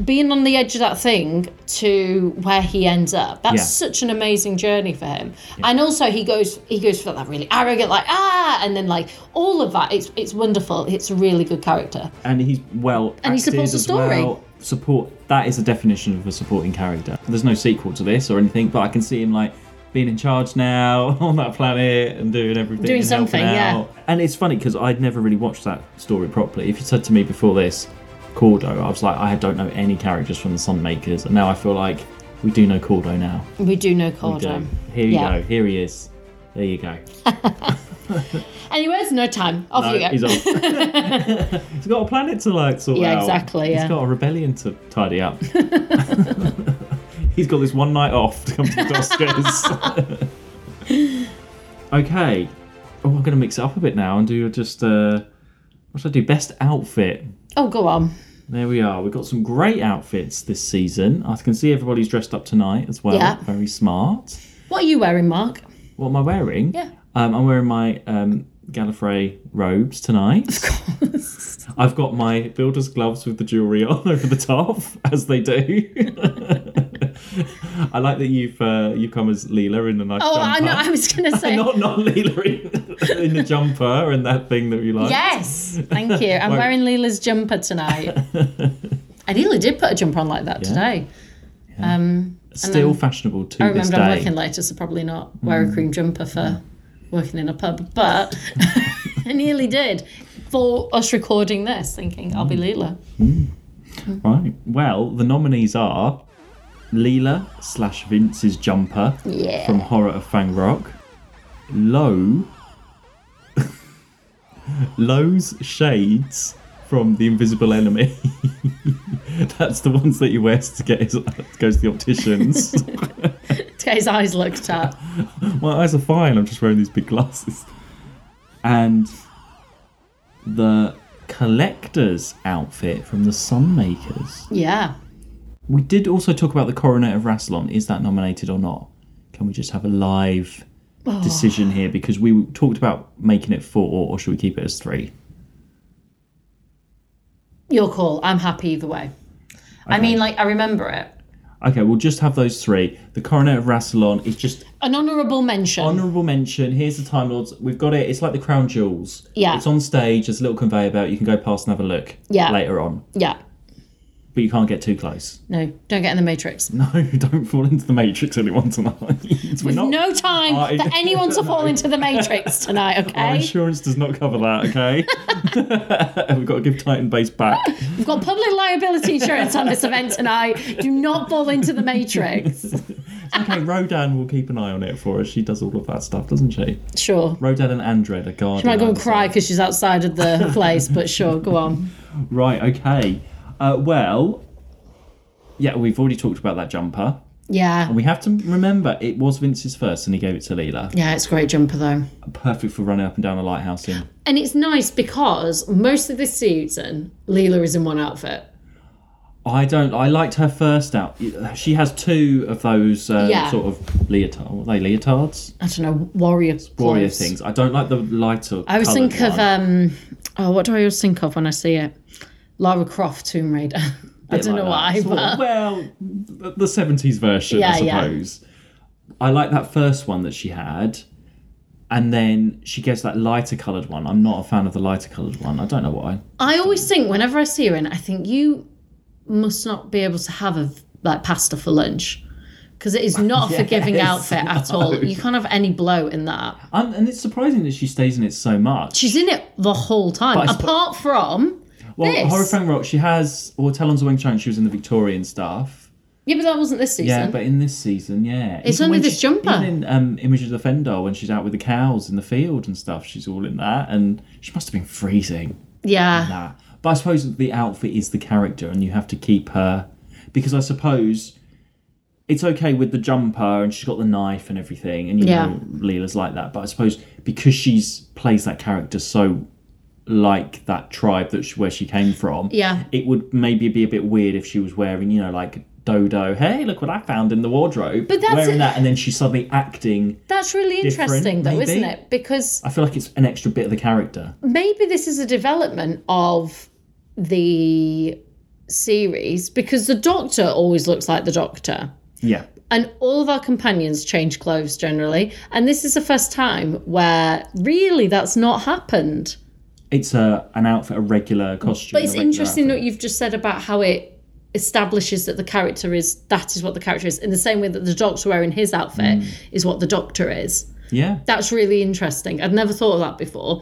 S3: being on the edge of that thing to where he ends up. That's
S2: Yeah.
S3: such an amazing journey for him. And also he goes he goes for that really arrogant like ah and then like all of that. It's it's wonderful. It's a really good character.
S2: and he's well
S3: And he
S2: acted
S3: supports the
S2: as
S3: story.
S2: well. support that is the definition of a supporting character there's no sequel to this or anything but i can see him like being in charge now *laughs* on that planet and doing everything.
S3: Doing
S2: and helping
S3: something, yeah.
S2: out. And it's funny because I'd never really watched that story properly. If you said to me before this, Cordo, I was like, I don't know any characters from the Sunmakers, and now I feel like we do know Cordo now.
S3: We do know
S2: We do.
S3: Cordo.
S2: Here you
S3: Yeah.
S2: go. Here he is. There you go.
S3: Anyways, no time. Off
S2: No,
S3: you go.
S2: he's
S3: *laughs*
S2: off. he's got a planet to like sort
S3: Yeah,
S2: out.
S3: exactly, yeah.
S2: He's got a rebellion to tidy
S3: *laughs*
S2: up. he's got this one night off to come to the Oscars.
S3: *laughs*
S2: okay. Oh, I'm gonna mix it up a bit now and do just uh, what should I do? Best outfit.
S3: oh, go on.
S2: There we are. We've got some great outfits this season. I can see everybody's dressed up tonight as well.
S3: Yeah.
S2: Very smart.
S3: What are you wearing, Mark?
S2: What am I wearing?
S3: Yeah.
S2: Um, I'm wearing my um, Gallifrey robes tonight. Of course. *laughs* I've got my builder's gloves with the jewellery *laughs* on over the top, as they do. *laughs* I like that you've uh, you come as Leela in the nice
S3: Oh,
S2: jumper.
S3: I know. I was
S2: *laughs*
S3: going to say.
S2: not not Leela in, *laughs* in the jumper and that thing that you like.
S3: Yes. Thank you. I'm
S2: Wait.
S3: wearing Leela's
S2: *laughs*
S3: jumper tonight. and Leela did put a jumper on like that today. Um,
S2: Still fashionable to
S3: I
S2: this
S3: remember
S2: day. Mm.
S3: I'm working later, so probably not wear a cream jumper for working in a pub. But *laughs* I nearly did for us recording this, thinking I'll be
S2: Mm.
S3: Leela.
S2: Right. Well, the nominees are Leela slash Vince's jumper
S3: Yeah.
S2: from Horror of Fang Rock, Low, *laughs* Low's shades from The Invisible Enemy. *laughs* That's the ones that he wears to get his *laughs* goes to the opticians.
S3: To get his eyes
S2: *laughs*
S3: looked at.
S2: My eyes are fine. I'm just wearing these big glasses. And the collector's outfit from the Sunmakers.
S3: Yeah.
S2: We did also talk about the Coronet of Rassilon. Is that nominated or not? Can we just have a live
S3: Oh.
S2: decision here? Because we talked about making it four, or should we keep it as three?
S3: Your call. I'm happy either way. I mean, like, I remember it.
S2: Okay, we'll just have those three. The Coronet of Rassilon is just
S3: An honourable mention.
S2: honourable mention. Here's the Time Lords. We've got it. It's like the Crown Jewels.
S3: Yeah.
S2: It's on stage. There's a little conveyor belt. You can go past and have a look
S3: Yeah.
S2: later on.
S3: yeah.
S2: But you can't get too close. *laughs*
S3: No, don't get in the Matrix.
S2: No, don't fall into the Matrix, anyone, tonight. *laughs* We're
S3: With
S2: not-
S3: no time
S2: I-
S3: for
S2: *laughs*
S3: anyone to fall into the Matrix tonight,
S2: Our
S3: okay?
S2: insurance does not cover that, okay? *laughs* We've got to give Titan Base back.
S3: We've got public liability insurance on this event tonight. Do not fall into the Matrix.
S2: Okay, Rodan will keep an eye on it for us. She does all of that stuff, doesn't she?
S3: Sure.
S2: Rodan and Andred are guarding.
S3: She might go and
S2: us.
S3: cry because she's outside of *laughs* the place, but sure, go on.
S2: Right, okay. Uh, well, yeah, we've already talked about that jumper.
S3: Yeah.
S2: We have to remember it was Vince's first and he gave it to Leela.
S3: Yeah, it's a great jumper though.
S2: Perfect for running up and down the lighthouse in.
S3: And it's nice because most of this season, Leela is in one outfit.
S2: I don't. I liked her first out. She has two of those uh,
S3: Yeah.
S2: sort of leotard. What are they leotards?
S3: I don't know, warrior
S2: Warrior
S3: clothes.
S2: things. I don't like the lighter.
S3: I always think of
S2: one.
S3: um oh what do I always think of when I see it? Lara Croft Tomb Raider. *laughs* I
S2: bit
S3: don't know
S2: like
S3: why,
S2: that. Sort of-
S3: but
S2: well, the seventies version, I
S3: Yeah, yeah.
S2: suppose. I like that first one that she had, and then she gets that lighter coloured one. I'm not a fan of the lighter coloured one. I don't know why.
S3: I always think whenever I see her in, it, I think you must not be able to have a like pasta for lunch.
S2: *laughs*
S3: Because it is not a forgiving
S2: Yes,
S3: outfit at all. You can't have any blow in that.
S2: And, and it's surprising that she stays in it so much.
S3: She's in it the whole time.
S2: But I suppo-
S3: apart from
S2: well,
S3: this.
S2: horror Fang Rock. She has or Talons of Wing Chun. She was in the Victorian stuff.
S3: Yeah, but that wasn't this season.
S2: Yeah, but in this season, yeah,
S3: It's
S2: Even
S3: only
S2: when
S3: this
S2: she-
S3: jumper.
S2: Even in um, Image of the Fendar, when she's out with the cows in the field and stuff, she's all in that, and she must have been freezing.
S3: yeah.
S2: that. But I suppose the outfit is the character, and you have to keep her because I suppose it's okay with the jumper and she's got the knife and everything, and you
S3: Yeah.
S2: know Leela's like that. But I suppose because she's plays that character so like that tribe that she, where she came from,
S3: Yeah.
S2: it would maybe be a bit weird if she was wearing you know like dodo. Hey, look what I found in the wardrobe.
S3: But that's-
S2: wearing that, and then she's suddenly acting.
S3: That's really
S2: Different,
S3: interesting though,
S2: maybe.
S3: isn't it? Because
S2: I feel like it's an extra bit of the character.
S3: maybe this is a development of the series because the doctor always looks like the doctor
S2: Yeah.
S3: and all of our companions change clothes generally and this is the first time where really that's not happened
S2: It's a an outfit, a regular costume.
S3: but it's
S2: a regular
S3: interesting
S2: outfit.
S3: what you've just said about how it establishes that the character is that is what the character is in the same way that the doctor wearing his outfit is what the doctor is
S2: Yeah.
S3: that's really interesting. I'd never thought of that before.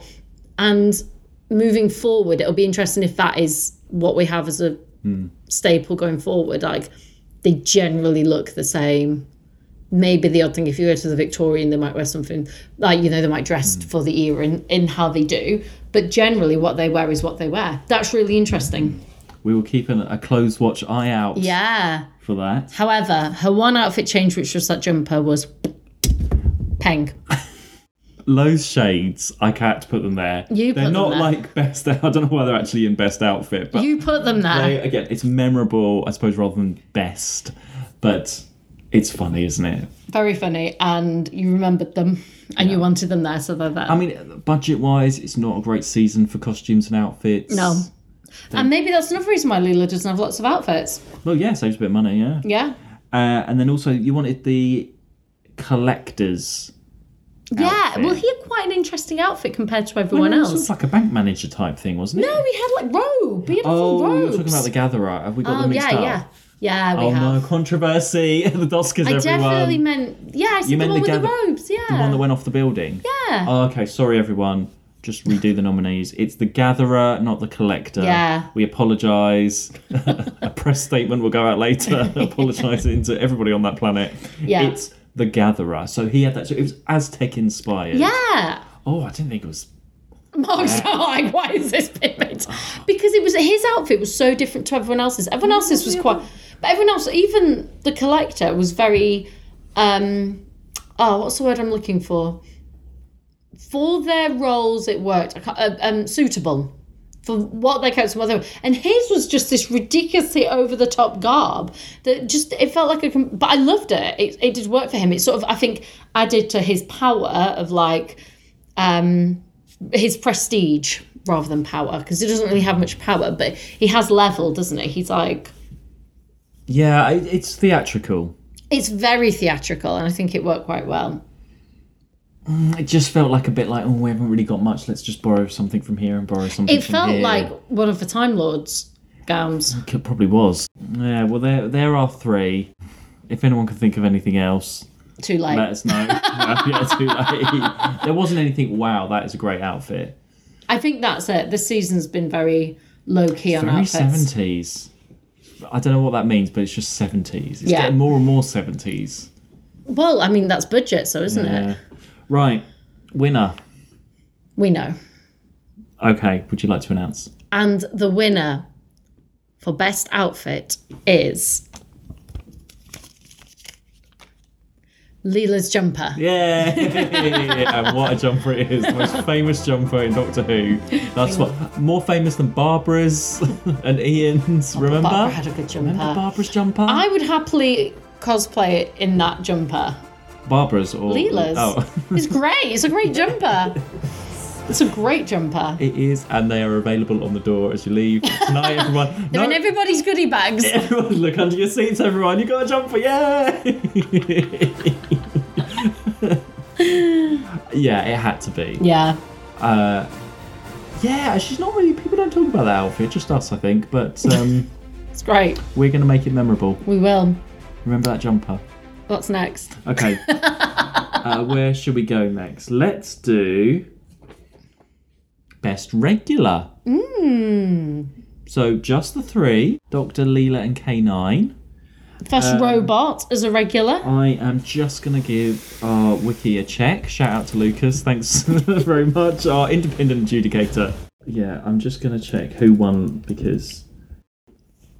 S3: And moving forward, it'll be interesting if that is what we have as a staple going forward. Like they generally look the same. Maybe the odd thing, if you go to the Victorian, they might wear something like, you know, they might dress for the era in, in how they do. But generally, what they wear is what they wear. That's really interesting.
S2: We will keep an, a close watch eye out
S3: Yeah.
S2: for that.
S3: However, her one outfit change, which was that jumper, was peng.
S2: Those shades, I can't put them there.
S3: You
S2: they're
S3: put them
S2: not
S3: there.
S2: like best. *laughs* I don't know why they're actually in best outfit, but
S3: You put them there.
S2: they, again, it's memorable, I suppose, rather than best. But it's funny, isn't it?
S3: very funny and you remembered them and you wanted them there so they're there
S2: I mean, budget-wise, it's not a great season for costumes and outfits.
S3: no and maybe that's another reason why Leela doesn't have lots of outfits
S2: Well, yeah, saves a bit of money. Yeah.
S3: yeah
S2: Uh, and then also, you wanted the collectors.
S3: yeah
S2: Outfit.
S3: well he had quite an interesting outfit compared to everyone
S2: Well, it was
S3: else
S2: sort of like a bank manager type thing, wasn't it?
S3: no he had like robe he had a full
S2: Oh,
S3: robes
S2: you're talking about the gatherer. Have we got
S3: oh
S2: them mixed
S3: yeah
S2: up?
S3: yeah yeah we
S2: Oh
S3: have
S2: no, controversy. *laughs* the Doskers,
S3: I
S2: everyone.
S3: definitely meant yeah I said the
S2: meant the
S3: one with the
S2: gather-
S3: robes yeah
S2: the one that went off the building.
S3: yeah
S2: Oh, okay, sorry everyone. Just redo the nominees. It's the gatherer, not the collector.
S3: Yeah.
S2: We apologise. *laughs* a press statement will go out
S3: *laughs*
S2: later apologising to everybody on that planet.
S3: Yeah.
S2: It's the gatherer. So he had that. So it was Aztec inspired.
S3: yeah
S2: Oh, I didn't think it was.
S3: Mark's not *laughs* like, why is this bit made? Because it was his outfit was so different to everyone else's. Everyone else's was quite, but everyone else, even the collector, was very. um Oh, what's the word I'm looking for? For their roles, it worked. I can't- uh, um, suitable for what their characters were. they were. And his was just this ridiculously over the top garb that just it felt like a. com- But I loved it. It it did work for him. It sort of I think added to his power of like. um his prestige rather than power because he doesn't really have much power, but he has level, doesn't he? He's like
S2: Yeah, it, it's theatrical.
S3: it's very theatrical, and I think it worked quite well.
S2: It just felt like a bit like, oh, we haven't really got much. Let's just borrow something from here and borrow something
S3: It
S2: from
S3: felt
S2: here.
S3: like one of the Time Lords gowns.
S2: It probably was. Yeah, well, there, there are three. If anyone can think of anything else,
S3: Too late.
S2: let us know. *laughs* yeah, too late. There wasn't anything, wow, that is a great outfit.
S3: I think that's it. This season's been very low key on
S2: Very
S3: outfits.
S2: 70s. I don't know what that means, but it's just 70s. It's
S3: Yeah.
S2: getting more and more 70s.
S3: Well, I mean that's budget, so isn't
S2: Yeah.
S3: it?
S2: Right, winner.
S3: We know.
S2: Okay, would you like to announce?
S3: And the winner for best outfit is Leela's jumper.
S2: Yeah! *laughs* and what a jumper it is. The most famous jumper in Doctor Who. That's what. More famous than Barbara's *laughs* and Ian's, remember?
S3: Oh, Barbara had a good jumper.
S2: Remember Barbara's jumper?
S3: I would happily cosplay in that jumper.
S2: Barbara's or
S3: Leela's.
S2: Oh,
S3: *laughs*
S2: *laughs*
S3: It's great. It's a great jumper. It's a great jumper.
S2: it is, and they are available on the door as you leave tonight.
S3: *laughs*
S2: Everyone,
S3: They're
S2: no,
S3: in everybody's goodie bags.
S2: *laughs* everyone, look under your seats. Everyone, you got a jumper, yeah! *laughs* yeah, it had to be.
S3: Yeah.
S2: Uh, yeah, she's not really. People don't talk about that outfit, just us, I think. But um, *laughs*
S3: It's great.
S2: we're going to make it memorable.
S3: We will.
S2: Remember that jumper.
S3: What's next?
S2: Okay. uh, where should we go next? Let's do best regular. Mmm. So just the three: Doctor Leela and K nine.
S3: First
S2: Um,
S3: robot as a regular.
S2: I am just gonna give our wiki a check. Shout out to Lucas. Thanks *laughs* very much. Our independent adjudicator. Yeah, I'm just gonna check who won because.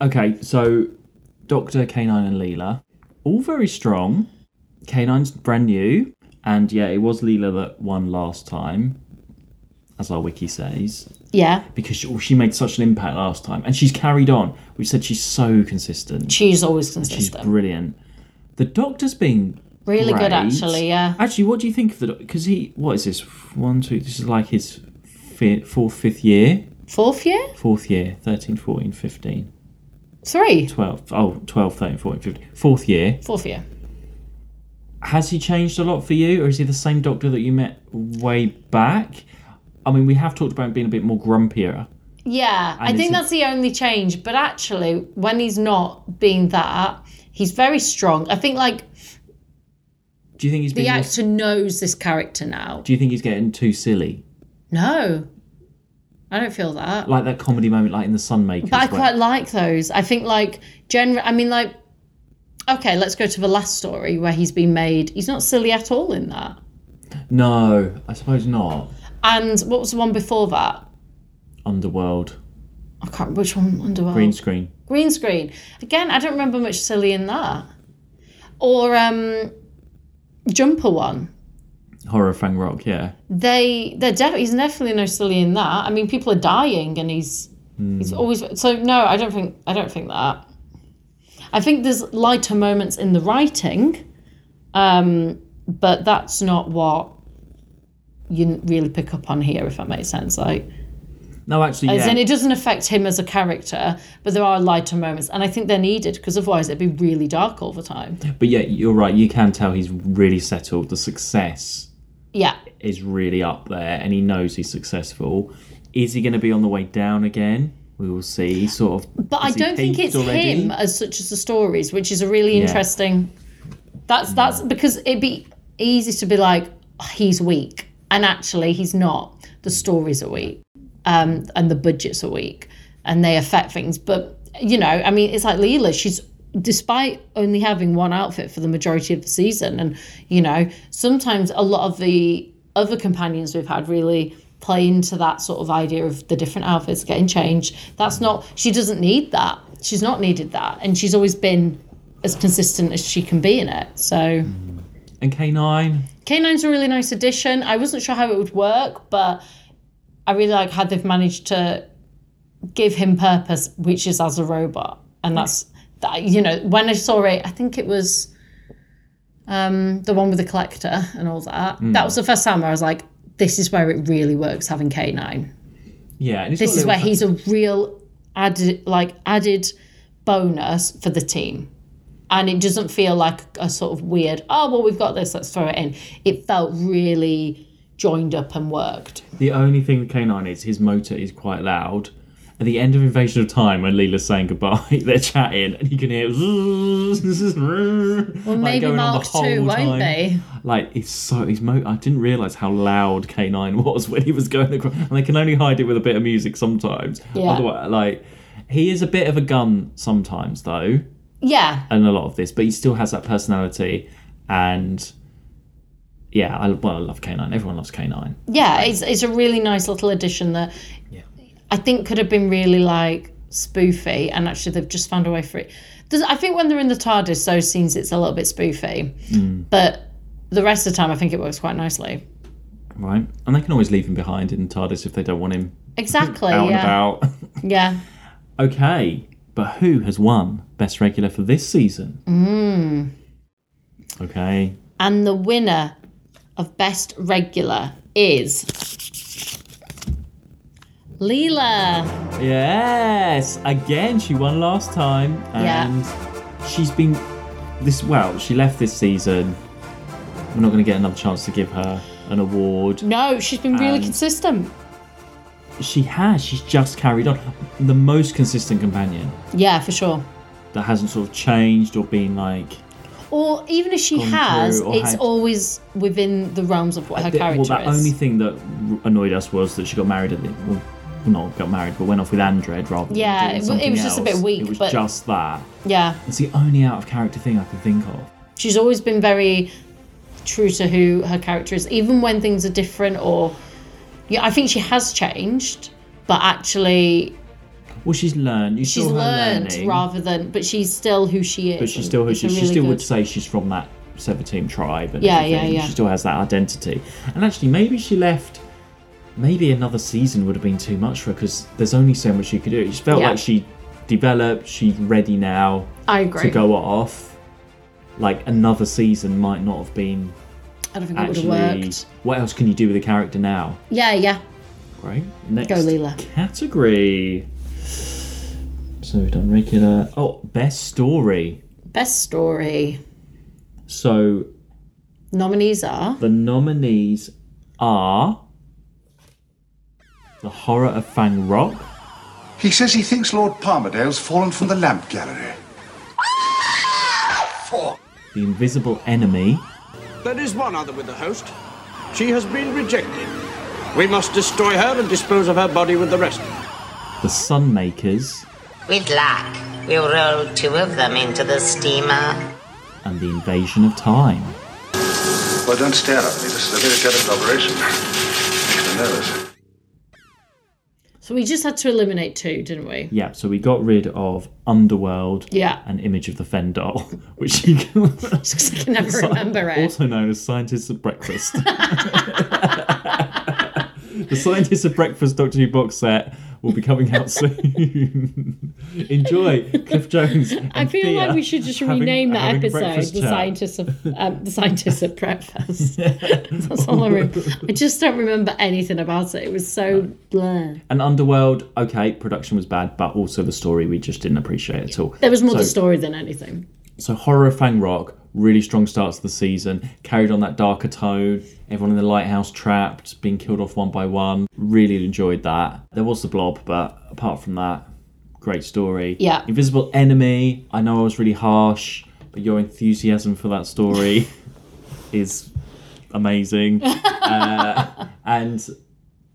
S2: Okay, so Doctor K9 and Leela, all very strong. K9's brand new, and yeah, it was Leela that won last time, as our wiki says,
S3: Yeah.
S2: because she, she made such an impact last time, and she's carried on. We said she's so consistent.
S3: She's always
S2: She's
S3: consistent.
S2: brilliant. The Doctor's been
S3: Really
S2: great.
S3: good, actually. Yeah.
S2: Actually, what do you think of the Doctor? Because he, what is this? One, two. This is like his fi fourth, fifth year,
S3: Fourth year?
S2: fourth year, 13, 14, 15,
S3: Three.
S2: 12. Oh, 12, 13, 14, 15. Fourth year.
S3: Fourth year.
S2: Has he changed a lot for you, or is he the same Doctor that you met way back? I mean, we have talked about him being a bit more grumpier.
S3: Yeah, I
S2: And
S3: think
S2: it's-
S3: that's the only change. But actually, when he's not being that, he's very strong. I think like
S2: Do you think he's
S3: the
S2: being?
S3: actor knows this character now.
S2: Do you think he's getting too silly?
S3: No, I don't feel that.
S2: Like that comedy moment, like in the Sunmaker.
S3: But I quite like those. I think like general. I mean like, okay, let's go to the last story where he's been made. He's not silly at all in that.
S2: No, I suppose not.
S3: And what was the one before that?
S2: Underworld,
S3: I can't remember which one. Underworld.
S2: green screen.
S3: green screen. Again, I don't remember much silly in that. Or um, jumper one.
S2: horror Fang Rock, yeah.
S3: They they're definitely he's definitely no silly in that. I mean, people are dying and he's
S2: Hmm.
S3: he's always so no. I don't think I don't think that. I think there's lighter moments in the writing, um, but that's not what you really pick up on here. If that makes sense, like
S2: No, actually,
S3: as
S2: yeah.
S3: in, it doesn't affect him as a character, but there are lighter moments, and I think they're needed because otherwise it'd be really dark all the time.
S2: but yeah, you're right. You can tell he's really settled. The success
S3: Yeah,
S2: is really up there, and he knows he's successful. Is he going to be on the way down again? We will see. He's sort of.
S3: but I
S2: has he
S3: don't think
S2: peaked
S3: it's
S2: already?
S3: him as such as the stories, which is a really
S2: Yeah.
S3: interesting. That's that's because it'd be easy to be like "Oh, he's weak, and actually he's not. The stories are weak, um, and the budgets are weak, and they affect things. But you know, I mean, it's like Leela. She's despite only having one outfit for the majority of the season, and you know, sometimes a lot of the other companions we've had really play into that sort of idea of the different outfits getting changed. That's not. She doesn't need that. She's not needed that, and she's always been as consistent as she can be in it. So.
S2: And K9?
S3: Canine's a really nice addition. I wasn't sure how it would work, but I really like how they've managed to give him purpose, which is as a robot. And that's, that, you know, when I saw it, I think it was um, the one with the collector and all that. That was the first time where I was like, this is where it really works having Canine.
S2: Yeah. And he's
S3: This
S2: got
S3: is
S2: little
S3: where
S2: fa-
S3: he's a real added, like, added bonus for the team. And it doesn't feel like a sort of weird, oh, well, we've got this, let's throw it in. It felt really joined up and worked.
S2: The only thing with K9 is his motor is quite loud. At the end of Invasion of Time, when Leela's saying goodbye, *laughs* they're chatting, and you can hear. *laughs* Well,
S3: Maybe Mark too, won't they?
S2: Like it's so his mo. I didn't realize how loud K9 *laughs* was when he was going across, and they can only hide it with a bit of music sometimes.
S3: Yeah.
S2: Otherwise, like he is a bit of a gun sometimes though,
S3: Yeah.
S2: and a lot of this, but he still has that personality, and yeah, I well I love K9. Everyone loves K9.
S3: Yeah, it's, it's a really nice little addition that I think could have been really like spoofy, and actually they've just found a way for it. There's, I think when they're in the TARDIS, those scenes it's a little bit spoofy, but the rest of the time I think it works quite nicely.
S2: Right, and they can always leave him behind in TARDIS if they don't want him
S3: Exactly.
S2: out
S3: Oh, yeah.
S2: and about. *laughs*
S3: Yeah.
S2: okay, but who has won Best Regular for this season?
S3: Mm.
S2: Okay,
S3: And the winner of Best Regular is Leela.
S2: yes, again she won last time,
S3: Yeah.
S2: and she's been this. Well, she left this season. We're not going to get another chance to give her an award.
S3: No, she's been really
S2: And-
S3: consistent.
S2: She has. She's just carried on. The most consistent companion
S3: Yeah, for sure.
S2: that hasn't sort of changed or been like
S3: Or even if she
S2: Gone
S3: has,
S2: through or
S3: it's
S2: had-
S3: always within the realms of what her
S2: The-
S3: character
S2: well, that
S3: is.
S2: only thing that r- annoyed us was that she got married at the well, not got married, but went off with Andred rather. Than
S3: Yeah,
S2: doing
S3: it w- it
S2: something
S3: was just a bit
S2: else.
S3: weak,
S2: It was
S3: but-
S2: just that.
S3: yeah,
S2: It's the only out of character thing I can think of.
S3: she's always been very true to who her character is, even when things are different. Or yeah, I think she has changed, but actually
S2: Well, she's learned. You
S3: she's
S2: saw her
S3: learned
S2: learning,
S3: rather than. But she's still who she is.
S2: but she's still who
S3: It's a
S2: she. She
S3: really
S2: still would
S3: good-
S2: say she's from that Seventeen tribe. And
S3: Yeah, yeah,
S2: everything.
S3: yeah.
S2: She still has that identity. And actually, maybe she left. Maybe another season would have been too much for her because there's only so much she could do. It just felt
S3: Yeah.
S2: like she developed. She's ready now.
S3: I agree.
S2: to go off, like another season might not have been
S3: I don't think it would have
S2: actually.
S3: worked.
S2: What else can you do with a character now?
S3: Yeah, yeah.
S2: Great. Next
S3: Go, Leela.
S2: category. So we've done regular. Oh, best story.
S3: Best story
S2: So
S3: nominees are
S2: the nominees are The Horror of Fang Rock,
S8: He says he thinks Lord Palmerdale's fallen from the lamp gallery.
S2: The invisible enemy.
S10: There is one other with the host. She has been rejected. We must destroy her and dispose of her body with the rest.
S2: The Sunmakers
S4: With luck, we'll roll two of them into the steamer.
S2: and the invasion of time.
S8: Well, don't stare at me. This is a very delicate operation. Makes me nervous.
S3: So we just had to eliminate two, didn't we? *laughs*
S2: Yeah, so we got rid of Underworld
S3: Yeah.
S2: and Image of the Fendal, *laughs* which you can
S3: I can never remember it.
S2: also known as Scientists at Breakfast. the Scientists at Breakfast Doctor Who box set will be coming out soon. Enjoy Cliff Jones.
S3: I
S2: and
S3: feel
S2: Thea
S3: like we should just
S2: having-
S3: rename that
S2: having
S3: episode
S2: breakfast
S3: "The
S2: chat.
S3: Scientists of um, The Scientists
S2: *laughs*
S3: at Breakfast." That's all I remember. I just don't remember anything about it. It was so blur.
S2: And Underworld, okay, production was bad, but also the story we just didn't appreciate at all.
S3: There was more
S2: so,
S3: the story than anything.
S2: So Horror of Fang Rock, really strong starts to the season, carried on that darker tone, everyone in the lighthouse trapped, being killed off one by one. Really enjoyed that. There was the blob, but apart from that, great story.
S3: Yeah.
S2: Invisible Enemy, I know I was really harsh, but your enthusiasm for that story is amazing. uh, and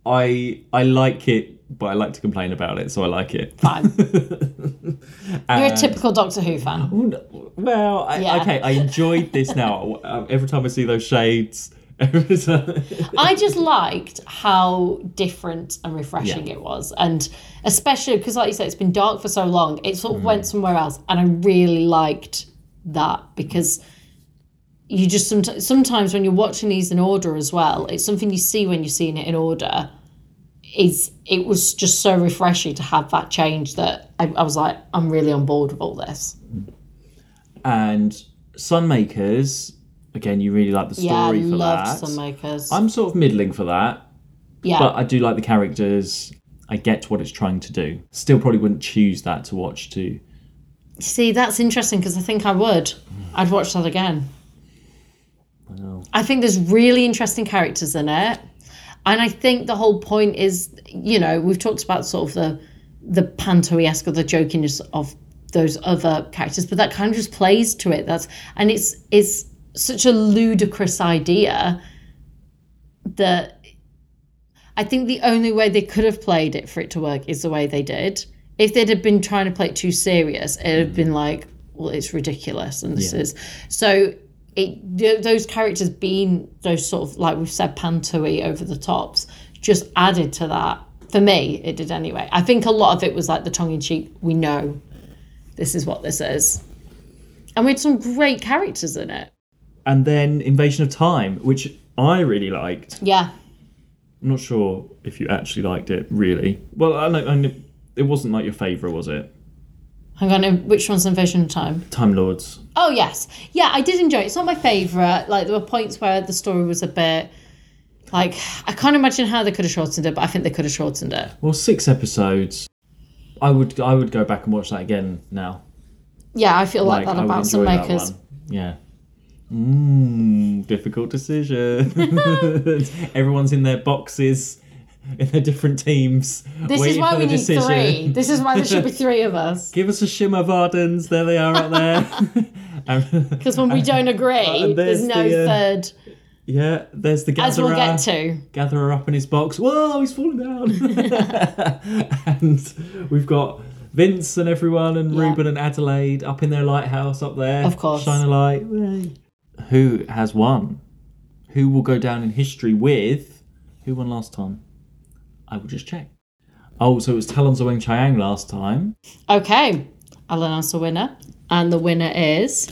S2: I I like it, but I like to complain about it, so I like it.
S3: Fine.
S2: *laughs* Uh,
S3: You're a typical Doctor Who fan.
S2: Well, I,
S3: Yeah.
S2: okay, I enjoyed this
S3: *laughs*
S2: now. Um, Every time I see those shades, *laughs* every time.
S3: I just liked how different and refreshing
S2: Yeah.
S3: it was, and especially because, like you said, it's been dark for so long. It sort of
S2: Mm.
S3: went somewhere else, and I really liked that because you just sometimes, sometimes when you're watching these in order as well, it's something you see when you're seeing it in order. Is it was just so refreshing to have that change that I, I was like, I'm really on board with all this.
S2: and Sunmakers, again, you really like the story
S3: Yeah, I
S2: for
S3: loved
S2: that.
S3: Sunmakers.
S2: I'm sort of middling for that,
S3: yeah,
S2: but I do like the characters. I get what it's trying to do. Still, probably wouldn't choose that to watch too.
S3: See, that's interesting because I think I would. I'd watch that again. I think there's really interesting characters in it. And I think the whole point is, you know, we've talked about sort of the the pantoesque or the jokiness of those other characters, but that kind of just plays to it. That's and it's it's such a ludicrous idea that I think the only way they could have played it for it to work is the way they did. If they'd have been trying to play it too serious, it'd have been like, well, it's ridiculous, and this is so. It th- those characters being those sort of like we've said pantoey over the tops just added to that. For me, it did anyway. I think a lot of it was like the tongue in cheek. We know this is what this is, and we had some great characters in it.
S2: And then Invasion of Time, which I really liked.
S3: Yeah,
S2: I'm not sure if you actually liked it, really. Well, I know, I know it wasn't like your favourite, was it?
S3: hang on. Which one's Invasion of Time?
S2: Time Lords.
S3: Oh yes, yeah, I did enjoy it. It's not my favorite. Like there were points where the story was a bit like I can't imagine how they could have shortened it, but I think they could have shortened it.
S2: Well, six episodes. I would I would go back and watch that again now.
S3: Yeah, I feel like,
S2: I
S3: that
S2: would
S3: about some
S2: enjoy that
S3: makers.
S2: one. Yeah. Mmm, difficult decision. *laughs* Everyone's in their boxes, in their different teams.
S3: This is
S2: waiting
S3: why
S2: for
S3: we
S2: the
S3: need
S2: decision.
S3: three. This is why
S2: *laughs*
S3: there should be three of us
S2: Give us a shimmer, Vardens. There they are out there. *laughs* And-
S3: because when we don't agree,
S2: and
S3: there's,
S2: there's
S3: no
S2: the, uh,
S3: third,
S2: yeah, there's the gatherer.
S3: as we'll get to.
S2: Gatherer up in his box. Whoa, he's falling down. and we've got Vince and everyone and
S3: Yeah.
S2: Ruben and Adelaide up in their lighthouse up there.
S3: Of course.
S2: Shine a light. Yay. Who has won? Who will go down in history with who won last time? I will just check. Oh, so it was Talon Zaweng Chiang last time.
S3: Okay, I'll announce the winner, and the winner is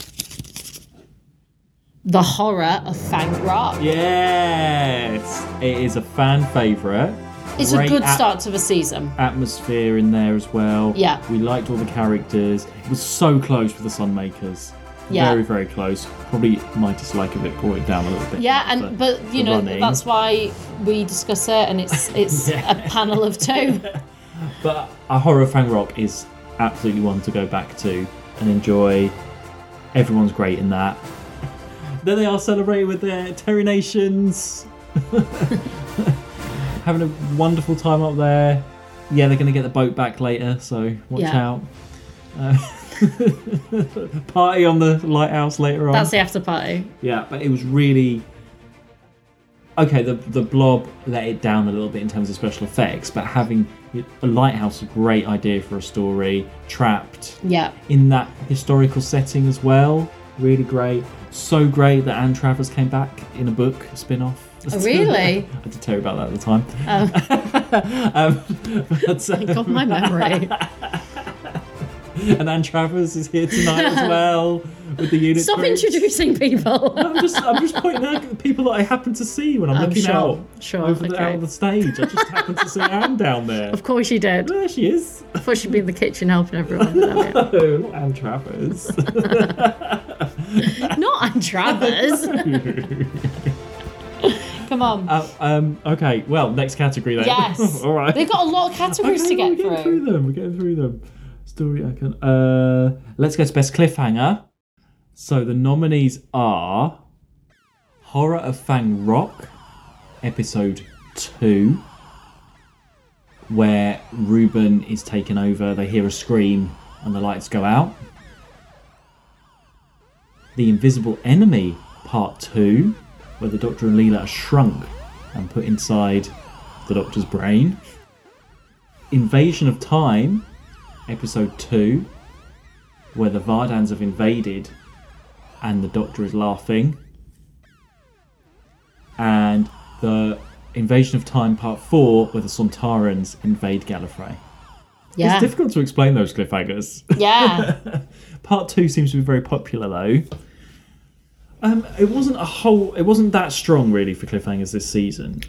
S3: the horror of Fang Rock.
S2: Yes! It is a fan favourite.
S3: it's a
S2: great
S3: good
S2: app-
S3: start to the season.
S2: atmosphere in there as well.
S3: Yeah.
S2: We liked all the characters. It was so close with the Sunmakers.
S3: Yeah.
S2: Very, very close. Probably my dislike of it brought it down a little bit.
S3: Yeah, and but
S2: the
S3: you know
S2: running.
S3: that's why we discuss it, and it's
S2: *laughs*
S3: it's a panel of two.
S2: But a horror fang rock is absolutely one to go back to and enjoy. Everyone's great in that. Then they are celebrating with their Terry *laughs* Nations. Having a wonderful time up there. yeah, they're going to get the boat back later, so watch
S3: Yeah.
S2: out. Uh, *laughs* party on the lighthouse later on.
S3: That's the after party.
S2: Yeah, but it was really okay. The the blob let it down a little bit in terms of special effects, but having a lighthouse, a great idea for a story. Trapped
S3: Yeah.
S2: in that historical setting as well, really great. So great that Anne Travers came back in a book spin-off.
S3: Oh, really?
S2: *laughs*
S3: Oh.
S2: I did tell you about that at the time. um, but, uh,
S3: Got my *laughs* memory.
S2: and Anne Travers is here tonight
S3: *laughs*
S2: as well with the unit.
S3: Stop
S2: group.
S3: introducing people. *laughs*
S2: I'm just, I'm just pointing out the people that I happen to see when I'm,
S3: I'm
S2: looking
S3: Um, sure,
S2: out
S3: sure,
S2: over the,
S3: okay.
S2: out of the stage. I just happen to see Anne down there.
S3: of course you did.
S2: There she
S3: *laughs*
S2: is.
S3: I thought she'd be in the kitchen helping *laughs* everyone. Love it.
S2: Oh, not Anne Travers.
S3: Not on Travers. *laughs*
S2: *laughs*
S3: Come on.
S2: Uh, um, okay, well, next category then. *laughs*
S3: yes.
S2: All right.
S3: They've got a lot of categories to
S2: Okay,
S3: get
S2: we're getting
S3: through.
S2: them. We're getting through them. Story I can. Uh, let's go to best cliffhanger. So the nominees are Horror of Fang Rock, episode two, where Ruben is taken over. They hear a scream and the lights go out. The Invisible Enemy, part two, where the Doctor and Leela are shrunk and put inside the Doctor's brain. Invasion of Time, episode 2, where the Vardans have invaded and the Doctor is laughing. And the Invasion of Time, part 4, where the Sontarans invade Gallifrey.
S3: Yeah.
S2: It's difficult to explain those cliffhangers. *laughs*
S3: Yeah.
S2: part 2 seems to be very popular, though. Um, it wasn't a whole. It wasn't that strong, really, for cliffhangers this season.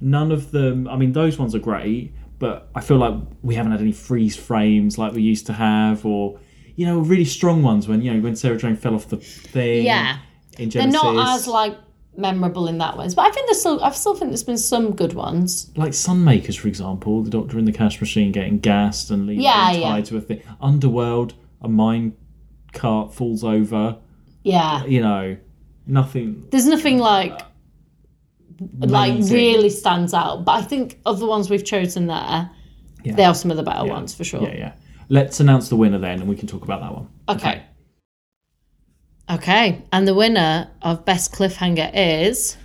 S2: None of them. I mean, those ones are great, but I feel like we haven't had any freeze frames like we used to have, or you know, really strong ones when you know when Sarah Jane fell off the thing.
S3: Yeah.
S2: in
S3: They're
S2: Genesis,
S3: not as like memorable in that ways, but I think there's still I still think there's been some good ones.
S2: like Sunmakers, for example, the Doctor in the cash machine getting gassed and leaving
S3: Yeah,
S2: tied
S3: yeah.
S2: to a thing. Underworld, a mine cart falls over.
S3: Yeah.
S2: You know, nothing
S3: There's nothing like like
S2: amazing.
S3: really stands out, but I think of the ones we've chosen there,
S2: Yeah.
S3: they are some of the better
S2: Yeah.
S3: ones for sure.
S2: Yeah, yeah. Let's announce the winner then, and we can talk about that one.
S3: Okay. Okay. And the winner of Best Cliffhanger is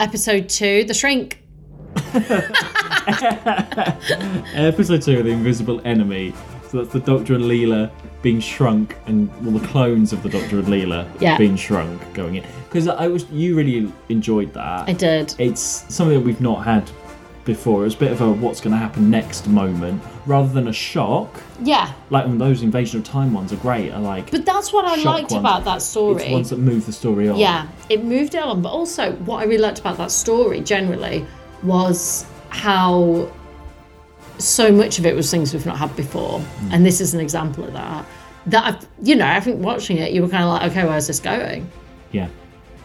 S3: episode two The Shrink.
S2: Episode two of The Invisible Enemy. So that's the Doctor and Leela being shrunk, and well, the clones of the Doctor and Leela
S3: Yeah.
S2: being shrunk going in. Because I was, you really enjoyed that.
S3: I did.
S2: It's something that we've not had before. It's a bit of a what's going to happen next moment, rather than a shock.
S3: Yeah.
S2: Like when those Invasion of Time ones are great. Are like
S3: But that's what I
S2: shock
S3: liked
S2: ones.
S3: about that story.
S2: It's ones that move the story on.
S3: Yeah, it moved it on. But also, what I really liked about that story generally was how so much of it was things we've not had before. And this is an example of that. That, I've, you know, I think watching it, you were kind of like, okay, where's this going?
S2: yeah,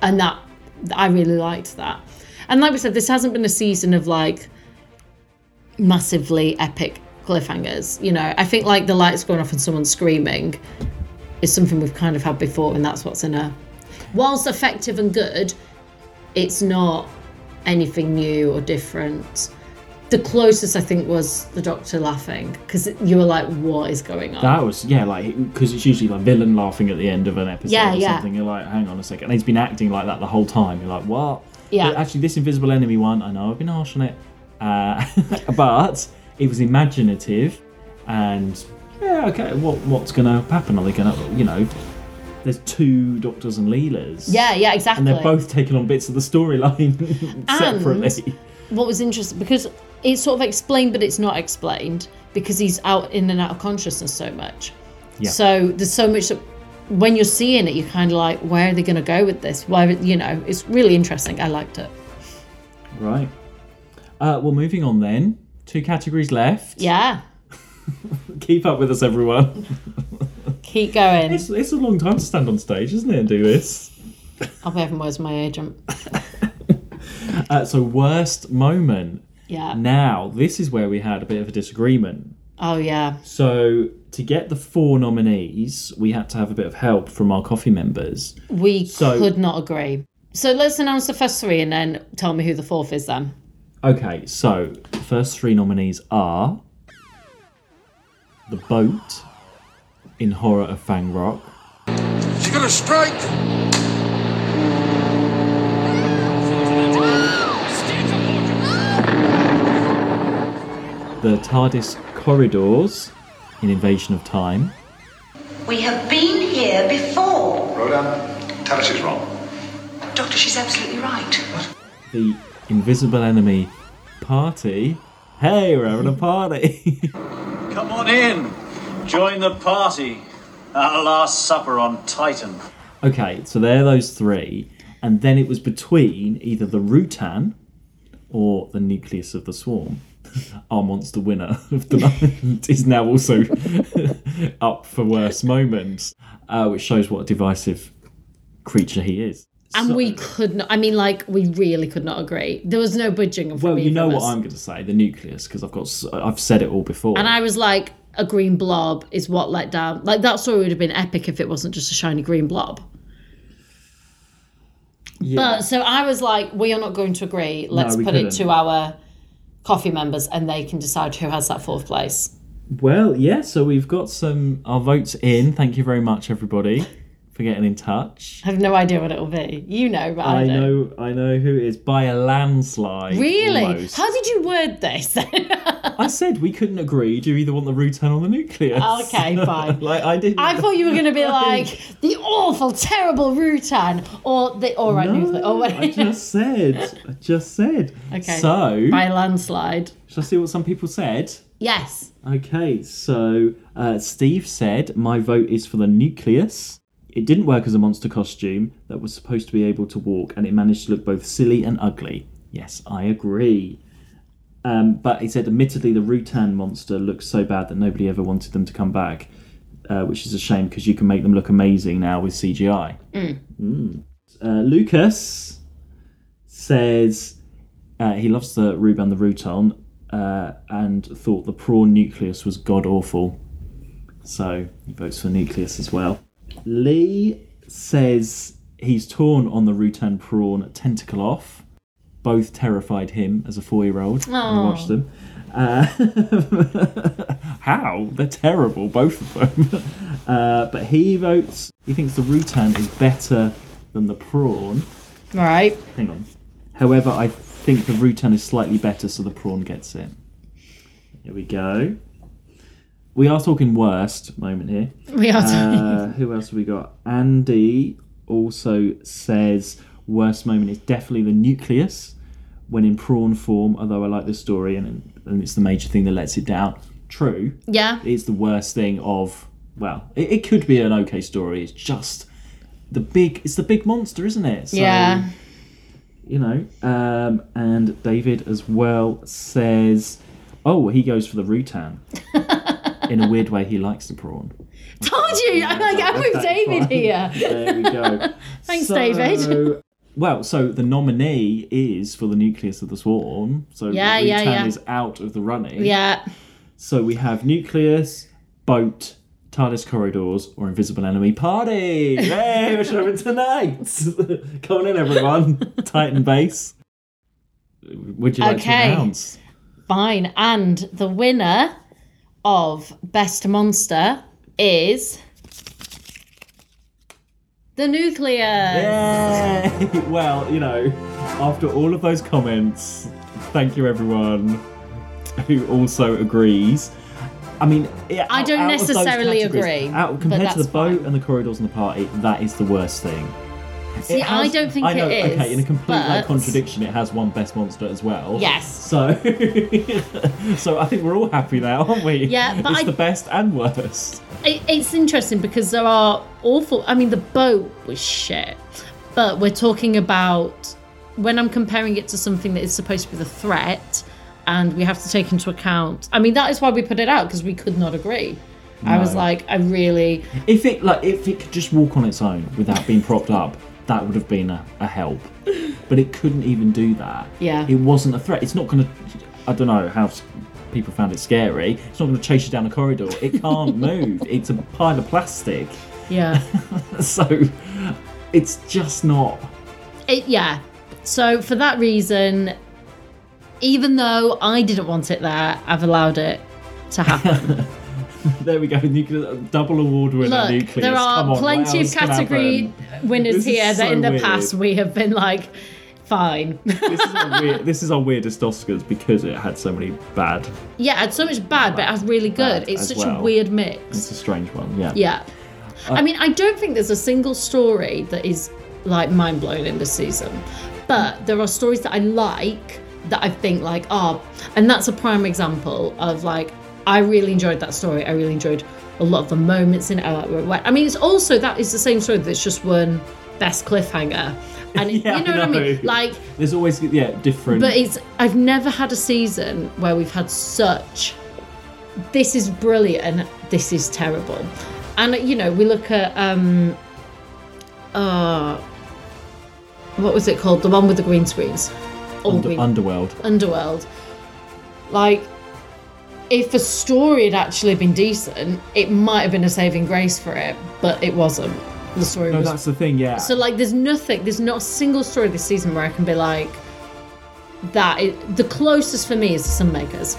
S3: and that I really liked that. And like we said, this hasn't been a season of like massively epic cliffhangers. You know, I think like the lights going off and someone screaming is something we've kind of had before, and that's what's in a. Whilst effective and good, it's not anything new or different. The closest I think was the Doctor laughing because you were like, "What is going on?"
S2: That was yeah, like because it's usually like villain laughing at the end of an episode
S3: Yeah,
S2: or
S3: yeah.
S2: something. You're like, hang on a second, and he's been acting like that the whole time. You're like, what?
S3: Yeah.
S2: But actually, this invisible enemy one, I know I've been harsh on it, uh, *laughs* but it was imaginative, and yeah, okay, what what's gonna happen? Are they gonna, you know, there's two Doctors and Leelas.
S3: yeah, yeah,
S2: And
S3: exactly.
S2: they're both taking on bits of the storyline *laughs* separately.
S3: what was interesting because it's sort of explained but it's not explained because he's out in and out of consciousness so much
S2: Yeah.
S3: so there's so much that when you're seeing it you're kind of like where are they going to go with this where you know it's really interesting i liked it
S2: Right. Uh, well, moving on then. Two categories left.
S3: yeah
S2: Keep up with us, everyone.
S3: keep going
S2: It's, it's a long time to stand on stage, isn't it, and do this?
S3: i'll be having words with my agent
S2: Uh, so, worst moment.
S3: yeah
S2: *laughs* Now, this is where we had a bit of a disagreement.
S3: oh yeah
S2: So, to get the four nominees, we had to have a bit of help from our coffee members.
S3: we
S2: So-
S3: could not agree so let's announce the first three and then tell me who the fourth is then
S2: Okay, so the first three nominees are The Boat in Horror of Fang Rock,
S1: She gonna strike?
S2: The TARDIS Corridors in Invasion of Time,
S11: We have been here before.
S8: Rhoda, tell her she's wrong.
S11: Doctor, she's absolutely right.
S2: The Invisible Enemy Party. Hey, we're having a party! *laughs*
S12: Come on in. Join the party. Our last supper on Titan.
S2: Okay, so they're those three, and then it was between either the Rutan or the Nucleus of the Swarm. *laughs* Our monster winner *laughs* of the night is now also *laughs* up for worst moments, uh, which shows what a divisive creature he is.
S3: And we could not. I mean, like we really could not agree. There was no budging. From
S2: Well, you
S3: either
S2: know
S3: of
S2: what
S3: us.
S2: I'm going to say, the Nucleus, because I've got s- I've said it all before.
S3: And I was like, a green blob is what let down. Like that story would have been epic if it wasn't just a shiny green blob. But so I was like, we are not going to agree.
S2: No,
S3: Let's
S2: we
S3: put it
S2: couldn't.
S3: to our coffee members, and they can decide who has that fourth place.
S2: Well, yeah, so we've got some our votes in. Thank you very much, everybody, for getting in touch.
S3: I have no idea what it will be. You know, but I,
S2: I
S3: don't.
S2: know, I know who it is by a landslide.
S3: Really?
S2: almost.
S3: How did you word this? *laughs*
S2: I said we couldn't agree. Do you either want the Rutan or the nucleus?
S3: Oh, Okay,
S2: *laughs*
S3: fine.
S2: like I didn't.
S3: I thought you were going to
S2: *laughs*
S3: be like the awful, terrible Rutan or the all right
S2: No,
S3: news or
S2: I
S3: whatever. *laughs*
S2: just said. I just said.
S3: Okay.
S2: So,
S3: by a landslide.
S2: shall I see what some people said?
S3: Yes.
S2: Okay, so uh, Steve said, My vote is for the nucleus. It didn't work as a monster costume that was supposed to be able to walk, and it managed to look both silly and ugly. Yes, I agree. Um, but he said, admittedly, the Rutan monster looks so bad that nobody ever wanted them to come back, uh, which is a shame because you can make them look amazing now with CGI.
S13: Mm.
S2: Mm. Uh, Lucas says uh, he loves the Ruban the Ruton uh, and thought the prawn nucleus was god awful. So he votes for nucleus as well. Lee says he's torn on the Rutan prawn tentacle off. Both terrified him as a four year old when I
S13: Aw.
S2: watched them. Uh, *laughs* how? They're terrible, both of them. *laughs* Uh, but he votes, he thinks the Rutan is better than the prawn.
S3: Right.
S2: Hang on. However, I think the Rutan is slightly better, so the prawn gets it. Here we go. We are talking worst moment here.
S3: We are
S2: Uh, who else have we got? Andy also says worst moment is definitely the nucleus when in prawn form. Although I like the story and and it's the major thing that lets it down. True.
S3: Yeah.
S2: It's the worst thing of well, it, it could be an okay story. It's just the big. It's the big monster, isn't it? So,
S3: yeah.
S2: you know. Um, and David as well says, oh, he goes for the
S3: *laughs*
S2: rutan. In a weird way, he likes the prawn.
S3: *laughs* Told you. I'm like, I'm with
S2: That's
S3: Oh, David
S2: fine.
S3: here.
S2: *laughs* There we go.
S3: Thanks,
S2: So-
S3: David.
S2: *laughs* Well, so the nominee is for the nucleus of the swarm. So
S3: Yeah,
S2: rutan
S3: yeah, yeah.
S2: is out of the running.
S3: *laughs* Yeah.
S2: So we have nucleus, boat, TARDIS corridors, or invisible enemy party. Hey, we're showing tonight. *laughs* Come on in, everyone. Titan base. Would you like
S3: Okay.
S2: to announce?
S3: Fine. And the winner of Best Monster is the nucleus.
S2: Yay! *laughs* Well, you know, after all of those comments, thank you everyone who also agrees. I mean, yeah,
S3: I
S2: out-
S3: don't
S2: out of those
S3: necessarily
S2: categories,
S3: agree,
S2: Out,
S3: but
S2: compared to
S3: that's
S2: the boat and the corridors and the party, that is the worst thing.
S3: See,
S2: It
S3: I don't think
S2: I know,
S3: it is.
S2: Okay, in a complete like,
S3: but-
S2: contradiction, it has one best monster as well.
S3: Yes.
S2: So, *laughs* so I think we're all happy now, aren't we?
S3: Yeah, but
S2: it's
S3: I-
S2: the best and worst.
S3: It, it's interesting because there are awful. I mean, the boat was shit, but we're talking about when I'm comparing it to something that is supposed to be the threat, and we have to take into account. I mean, that is why we put it out because we could not agree. I was
S2: No.
S3: like, I really.
S2: If it like if it could just walk on its own without being propped up, that would have been a, a help. But it couldn't even do that.
S3: Yeah.
S2: It wasn't a threat. It's not gonna I don't know how s- people found it scary. It's not gonna chase you down a corridor. It
S3: *laughs*
S2: can't move. It's a pile of plastic. *laughs*
S3: Yeah.
S2: So it's just not
S3: It, yeah. So for that reason, even though I didn't want it there, I've allowed it
S2: *laughs*
S3: to happen.
S2: There we go. Nuclear, double award winner.
S3: Look,
S2: nucleus.
S3: there
S2: Come
S3: are
S2: on, what
S3: plenty of
S2: else can
S3: category
S2: happen?
S3: winners
S2: This is
S3: here that
S2: so
S3: in the
S2: weird.
S3: past we have been like, fine. *laughs*
S2: Weird- *laughs* this is our weirdest Oscars because it had so many bad.
S3: yeah, it's so much bad, but it's really good.
S2: Bad
S3: It's
S2: as
S3: such a
S2: well.
S3: weird mix.
S2: It's a strange one. Yeah.
S3: Yeah.
S2: Uh,
S3: I mean, I don't think there's a single story that is like mind blowing in this season, but there are stories that I like that I think like, oh, and that's a prime example of like, I really enjoyed that story. I really enjoyed a lot of the moments in it. I like where it went. I mean, it's also that is the same story that's just won best cliffhanger, and it-
S2: *laughs* Yeah,
S3: you know
S2: I
S3: what I mean?
S2: know.
S3: Like,
S2: There's always yeah different.
S3: but it's I've never had a season where we've had such this is brilliant, this is terrible. And you know, we look at um uh what was it called? The one with the green screens. All
S2: Under-
S3: green-
S2: Underworld.
S3: Underworld. Like if a story had actually been decent, it might have been a saving grace for it, but it wasn't. The story
S2: No,
S3: was
S2: that's the thing. Yeah.
S3: so like, there's nothing. There's not a single story this season where I can be like, that. Is, the closest for me is the Sunmakers.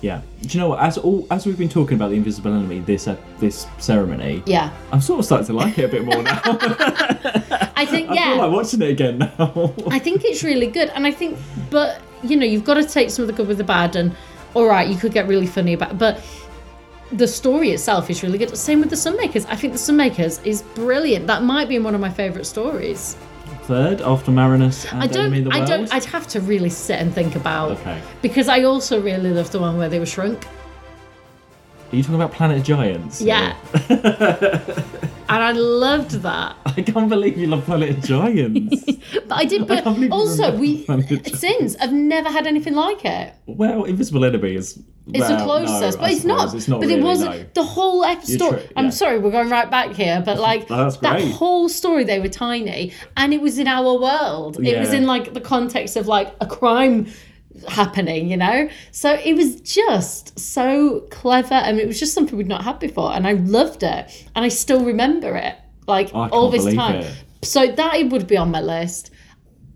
S2: Yeah. Do you know what? As all as we've been talking about the invisible enemy, this uh, this ceremony.
S3: Yeah.
S2: I'm sort of starting to like it a bit more now. *laughs*
S3: I think
S2: I feel
S3: yeah.
S2: like watching it again now.
S3: I think it's really good, and I think, but you know, you've got to take some of the good with the bad, and all right, you could get really funny about, but the story itself is really good. Same with the Sunmakers. I think the Sunmakers is brilliant. That might be one of my favourite stories.
S2: Third after Marinus and
S3: I don't.
S2: Enemy of the
S3: I
S2: World.
S3: don't. I'd have to really sit and think about
S2: Okay.
S3: because I also really love the one where they were shrunk.
S2: Are you talking about Planet Giants?
S3: Yeah. and I loved that.
S2: *laughs* I can't believe you love Planet Giants.
S3: *laughs* But I did but also we since I've never had anything like it.
S2: well, Invisible Enemy is.
S3: It's
S2: well,
S3: the
S2: no,
S3: closest, but
S2: I
S3: it's not.
S2: suppose It's not
S3: but
S2: really,
S3: it wasn't
S2: no.
S3: the whole episode.
S2: tri- yeah.
S3: I'm sorry, we're going right back here, but like
S2: No, that's
S3: that
S2: great.
S3: whole story, they were tiny, and it was in our world. It was
S2: Yeah.
S3: in like the context of like a crime happening, you know. So it was just so clever, and it was just something we'd not had before, and I loved it, and I still remember it like
S2: I can't
S3: all this
S2: believe
S3: time.
S2: it.
S3: So that it would be on my list,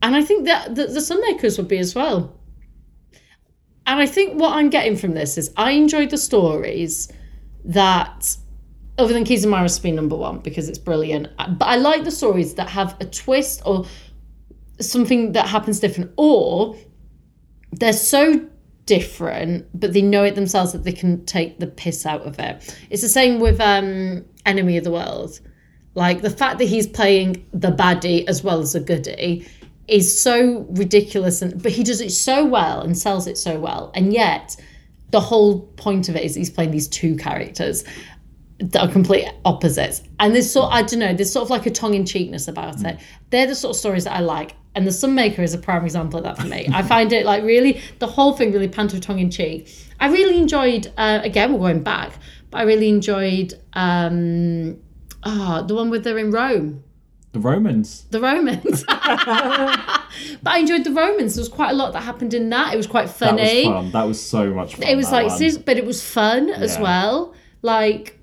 S3: and I think that the, the Sunmakers would be as well. And I think what I'm getting from this is I enjoyed the stories that, other than Keys and Maris being number one because it's brilliant, but I like the stories that have a twist or something that happens different, or they're so different, but they know it themselves that they can take the piss out of it. It's the same with um, Enemy of the World. Like the fact that he's playing the baddie as well as the goodie is so ridiculous, and but he does it so well and sells it so well, and yet the whole point of it is he's playing these two characters that are complete opposites. And there's sort I don't know, there's sort of like a tongue in cheekness about
S2: Mm.
S3: it. They're the sort of stories that I like. And the Sunmaker is a prime example of that for me. I find it like really the whole thing really panto tongue in cheek. I really enjoyed uh, again we're going back, but I really enjoyed um ah the one where they're in Rome.
S2: The Romans.
S3: The
S2: *laughs*
S3: Romans. *laughs* but I enjoyed the Romans. There was quite a lot that happened in that. It was quite
S2: That
S3: funny
S2: was fun. That was so much fun.
S3: it was
S2: that
S3: like
S2: one.
S3: serious- but it was fun as
S2: Yeah.
S3: well like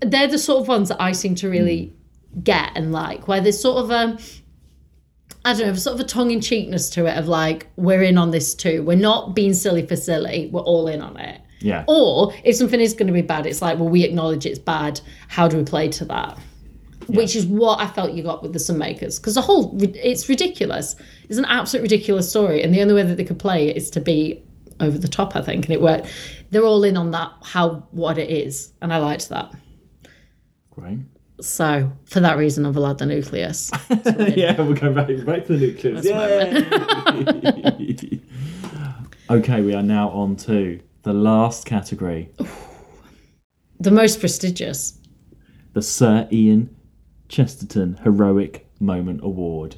S3: they're the sort of ones that i seem to really
S2: Hmm.
S3: get and like where there's sort of um i don't know sort of a tongue-in-cheekness to it of like we're in on this too we're not being silly for silly we're all in on it
S2: Yeah.
S3: or if something is going to be bad it's like well we acknowledge it's bad how do we play to that which is what i felt you got with the sunmakers because the whole it's ridiculous it's an absolute ridiculous story and the only way that they could play it is to be over the top, I think, and it worked. They're all in on that how what it is, and I liked that.
S2: Great.
S3: So for that reason, I've allowed the nucleus.
S2: *laughs* yeah, we'll go back, back to the nucleus. Yay! *laughs* okay, we are now on to the last category
S3: the most prestigious.
S2: the Sir Ian Chesterton Heroic Moment Award.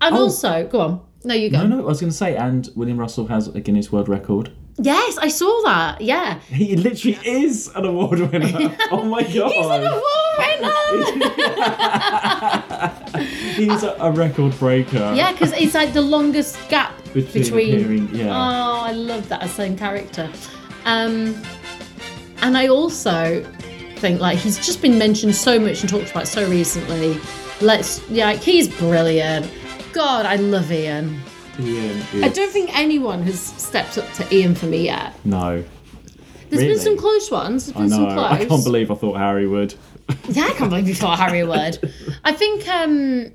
S3: And
S2: Oh.
S3: also, go on. No, you go.
S2: No, no, I was going to say, and William Russell has a Guinness World Record.
S3: Yes, I saw that. Yeah,
S2: He literally is an award
S3: *laughs*
S2: winner. oh my god.
S3: he's in a war right now.
S2: He's a, a record breaker.
S3: yeah, because it's like the longest gap
S2: Between
S3: between.
S2: appearing, yeah.
S3: Oh, I love that as same character. Um, and I also think like he's just been mentioned so much and talked about so recently. Let's yeah, like, he's brilliant. God, I love Ian.
S2: Ian
S3: I
S2: is.
S3: don't think anyone has stepped up to Ian for me yet.
S2: No.
S3: There's
S2: really?
S3: been some close ones. There's
S2: I
S3: been
S2: know.
S3: some close.
S2: I can't believe I thought Harry would.
S3: Yeah, I can't believe you thought Harry would. I think um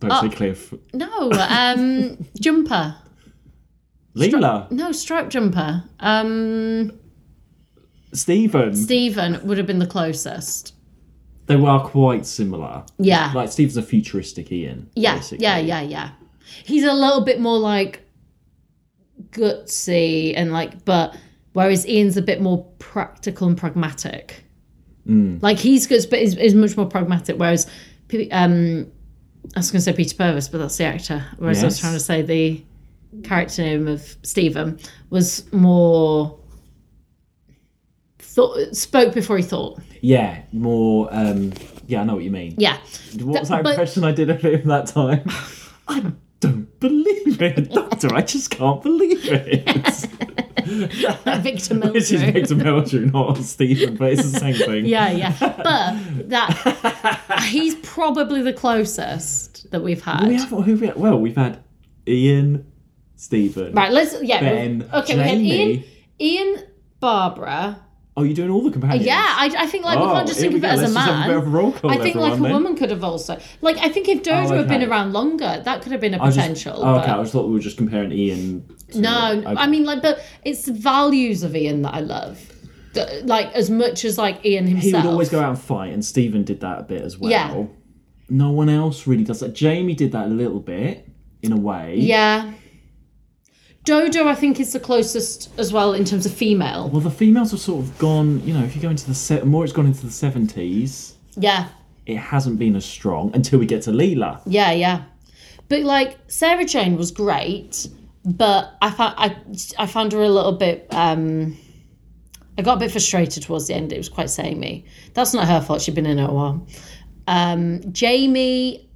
S2: Don't
S3: Oh.
S2: say Cliff.
S3: no um jumper.
S2: Leela.
S3: No stripe jumper. Um
S2: Stephen.
S3: Stephen would have been the closest.
S2: they were quite similar.
S3: Yeah.
S2: Like Steve's a futuristic Ian.
S3: Yeah,
S2: basically.
S3: yeah, yeah, yeah. He's a little bit more like gutsy and like, but whereas Ian's a bit more practical and pragmatic.
S2: Mm.
S3: Like he's good, but is, is much more pragmatic. Whereas, P- um, I was going to say Peter Purvis, but that's the actor. Whereas I was
S2: Yes.
S3: trying to say the character name of Stephen was more thought spoke before he thought.
S2: Yeah, more. Um, yeah, I know what you mean.
S3: Yeah.
S2: What was
S3: That-
S2: that
S3: but-
S2: impression I did of him that
S3: *laughs*
S2: time? I don't believe it, Doctor. I just can't believe
S3: *laughs*
S2: it.
S3: Victor Mildrew.
S2: Which is Victor Meldrew, not Stephen, but it's the same thing.
S3: *laughs* Yeah, yeah. But that
S2: *laughs*
S3: he's probably the closest that we've had.
S2: We have who we well, we've had Ian, Stephen.
S3: Right, let's yeah.
S2: Ben,
S3: we- okay, we had Ian,
S2: Jamie.
S3: Ian, Barbara.
S2: Oh, you're doing all the
S3: Uh,
S2: companions.
S3: yeah, I, I think like we
S2: Oh,
S3: can't just
S2: here
S3: think
S2: we
S3: of it
S2: go.
S3: as
S2: Let's
S3: a
S2: just have a
S3: man.
S2: bit of a roll call,
S3: I think like a
S2: everyone, then. Oh,
S3: woman could have also like I think if Dodo had been
S2: okay.
S3: around longer, that could have been a
S2: I was just-
S3: potential.
S2: oh, okay,
S3: but-
S2: I just thought we were just comparing Ian.
S3: no,
S2: okay.
S3: I mean like, but it's the values of Ian that I love. Th- Like as much as like Ian himself.
S2: He would always go out and fight, and Stephen did that a bit as well.
S3: Yeah.
S2: No one else really does that. Jamie did that a little bit, in a way.
S3: Yeah. Dodo, I think, is the closest as well in terms of female.
S2: Well, the females have sort of gone. You know, if you go into the se- more, it's gone into the seventies.
S3: Yeah,
S2: It hasn't been as strong until we get to Leela.
S3: yeah, yeah. But like Sarah Jane was great, but I found I I found her a little bit. um I got a bit frustrated towards the end. It was quite samey. That's not her fault. She'd been in it a while. Um, Jamie,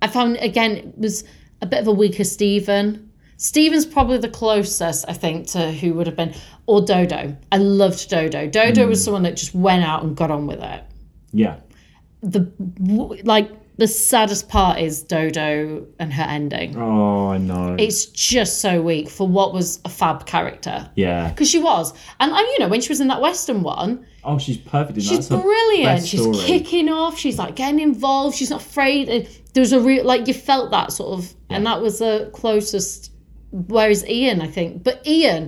S3: I found again was a bit of a weaker Stephen. Stephen's probably the closest I think to who would have been or Dodo. I loved Dodo. Dodo was someone that just went out and got on with it.
S2: Yeah.
S3: the like the saddest part is Dodo and her ending.
S2: Oh, I know.
S3: It's just so weak for what was a fab character.
S2: yeah.
S3: Because she was, and and, you know when she was in that Western one,
S2: Oh, she's perfect in that.
S3: she's
S2: That's her
S3: brilliant.
S2: best
S3: She's
S2: story.
S3: kicking off. She's like getting involved. She's not afraid. And There's a real like you felt that sort of, and that was the closest. Whereas Ian, I think, but Ian,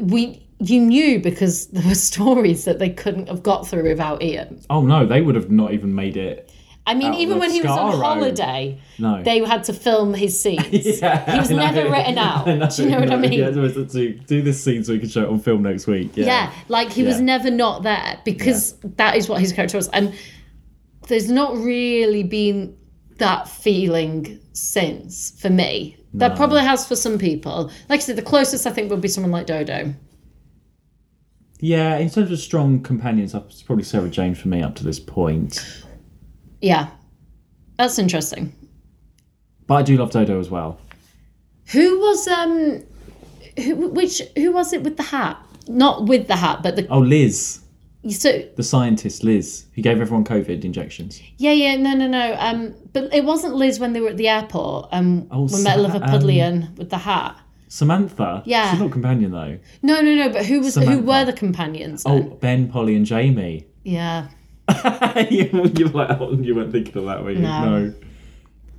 S3: we you knew because *laughs* there were stories that they couldn't have got through without Ian.
S2: Oh no, they would have not even made it.
S3: I mean,
S2: Out
S3: even
S2: of
S3: when he was on
S2: Scarrow.
S3: holiday,
S2: No. *laughs*
S3: they had to film his scenes.
S2: Yeah,
S3: he was
S2: I know.
S3: never written
S2: *laughs*
S3: out.
S2: I know,
S3: Do you know what I mean?
S2: Yeah,
S3: Yeah,
S2: there was to do this scene so we can show it on film next week. Yeah.
S3: like he was
S2: Yeah.
S3: never not there because that is what his character was. And there's not really been that feeling since for me. That
S2: No.
S3: probably has for some people. Like I said, the closest I think would be someone like Dodo.
S2: Yeah, in terms of strong companions, it's probably Sarah Jane for me up to this point.
S3: Yeah. That's interesting.
S2: But I do love Dodo as well.
S3: Who was um who which who was it with the hat? Not with the hat, but the
S2: Oh, Liz,
S3: so
S2: the scientist Liz, who gave everyone COVID injections.
S3: Yeah, yeah, no, no, no. Um, but it wasn't Liz when they were at the airport. Um,
S2: Oh,
S3: when met
S2: Sa- um,
S3: Lover Pudlian with the hat.
S2: Samantha.
S3: Yeah.
S2: She's not a companion though.
S3: No, no, no. But who was who
S2: Samantha.
S3: were the companions?
S2: Oh,
S3: Then?
S2: Ben, Polly, and Jamie.
S3: Yeah,
S2: *laughs* you, you like, oh, you weren't thinking of that, were you?
S3: No.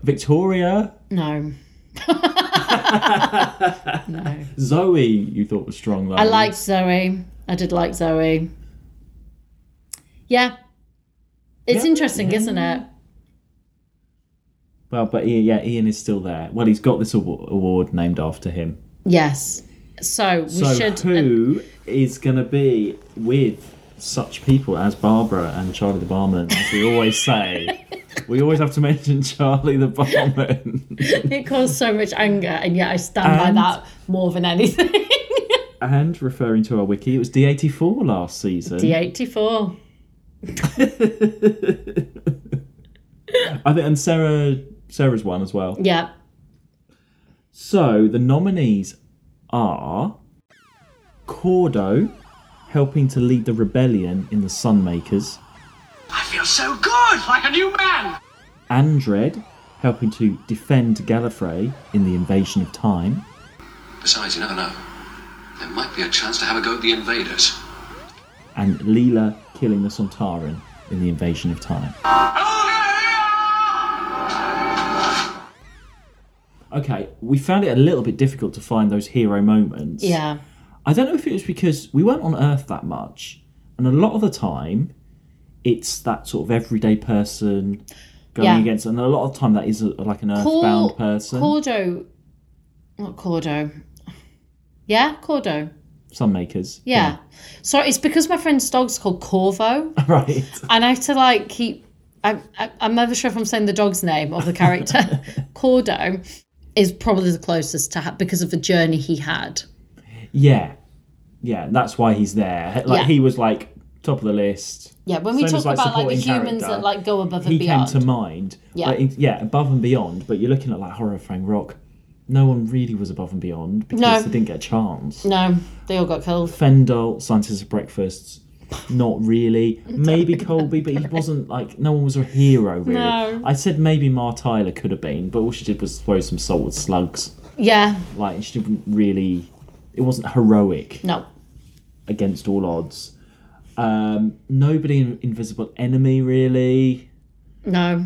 S2: Victoria,
S3: no, no.
S2: Zoe, you thought was strong though.
S3: I liked Zoe. I did like Zoe. Yeah, it's
S2: Yeah,
S3: interesting, isn't it?
S2: Well, but Ian, yeah, Ian is still there. Well, he's got this awa- award named after him.
S3: Yes. So we
S2: so
S3: should. um,
S2: who is going to be with such people as Barbara and Charlie the Barman, as we always
S3: *laughs*
S2: say? we always have to mention Charlie the Barman
S3: *laughs* it caused so much anger, and yet I stand
S2: And-
S3: by that more than anything. *laughs*
S2: and referring to our wiki, it was D84 last season.
S3: D eighty four.
S2: I think, and Sarah Sarah's one as well.
S3: Yeah.
S2: So the nominees are Cordo helping to lead the rebellion in the Sunmakers,
S13: I feel so good, like a new man.
S2: Andred helping to defend Gallifrey in the invasion of time.
S13: Besides, you never know. There might be a chance to have a go at the invaders.
S2: and Leela killing the Sontaran in the invasion of time. Okay, we found it a little bit difficult to find those hero moments.
S3: Yeah.
S2: I don't know if it was because we weren't on Earth that much, and a lot of the time, it's that sort of everyday person going
S3: Yeah.
S2: against, and a lot of time that is a, like an earthbound
S3: Cor-
S2: person.
S3: Cordo. Not Cordo. Yeah, Cordo.
S2: Sun makers,
S3: Yeah. So it's because my friend's dog's called Corvo,
S2: *laughs* right?
S3: and I have to like keep. I, I, I'm never sure if I'm saying the dog's name or
S2: *laughs*
S3: the character. Cordo is probably the closest to ha- because of the journey he had.
S2: Yeah, yeah, that's why he's there. Like
S3: Yeah.
S2: he was like top of the list.
S3: Yeah, when we
S2: Same
S3: talk
S2: as, like,
S3: about like the
S2: supporting
S3: humans
S2: character,
S3: that like go above and
S2: he
S3: beyond.
S2: came to mind.
S3: Yeah.
S2: Like, in- yeah, above and beyond. But you're looking at like horror Frank Rock. No one really was above and beyond because
S3: No.
S2: they didn't get a chance.
S3: no, they all got killed.
S2: Fendel, Scientists of Breakfasts, not really. Maybe Colby, but he wasn't like no one was a hero really.
S3: No.
S2: I said maybe Mar Tyler could have been, but all she did was throw some salt with slugs.
S3: Yeah.
S2: Like she didn't really. It wasn't heroic
S3: No.
S2: against all odds. Um, nobody in Invisible Enemy, really.
S3: No.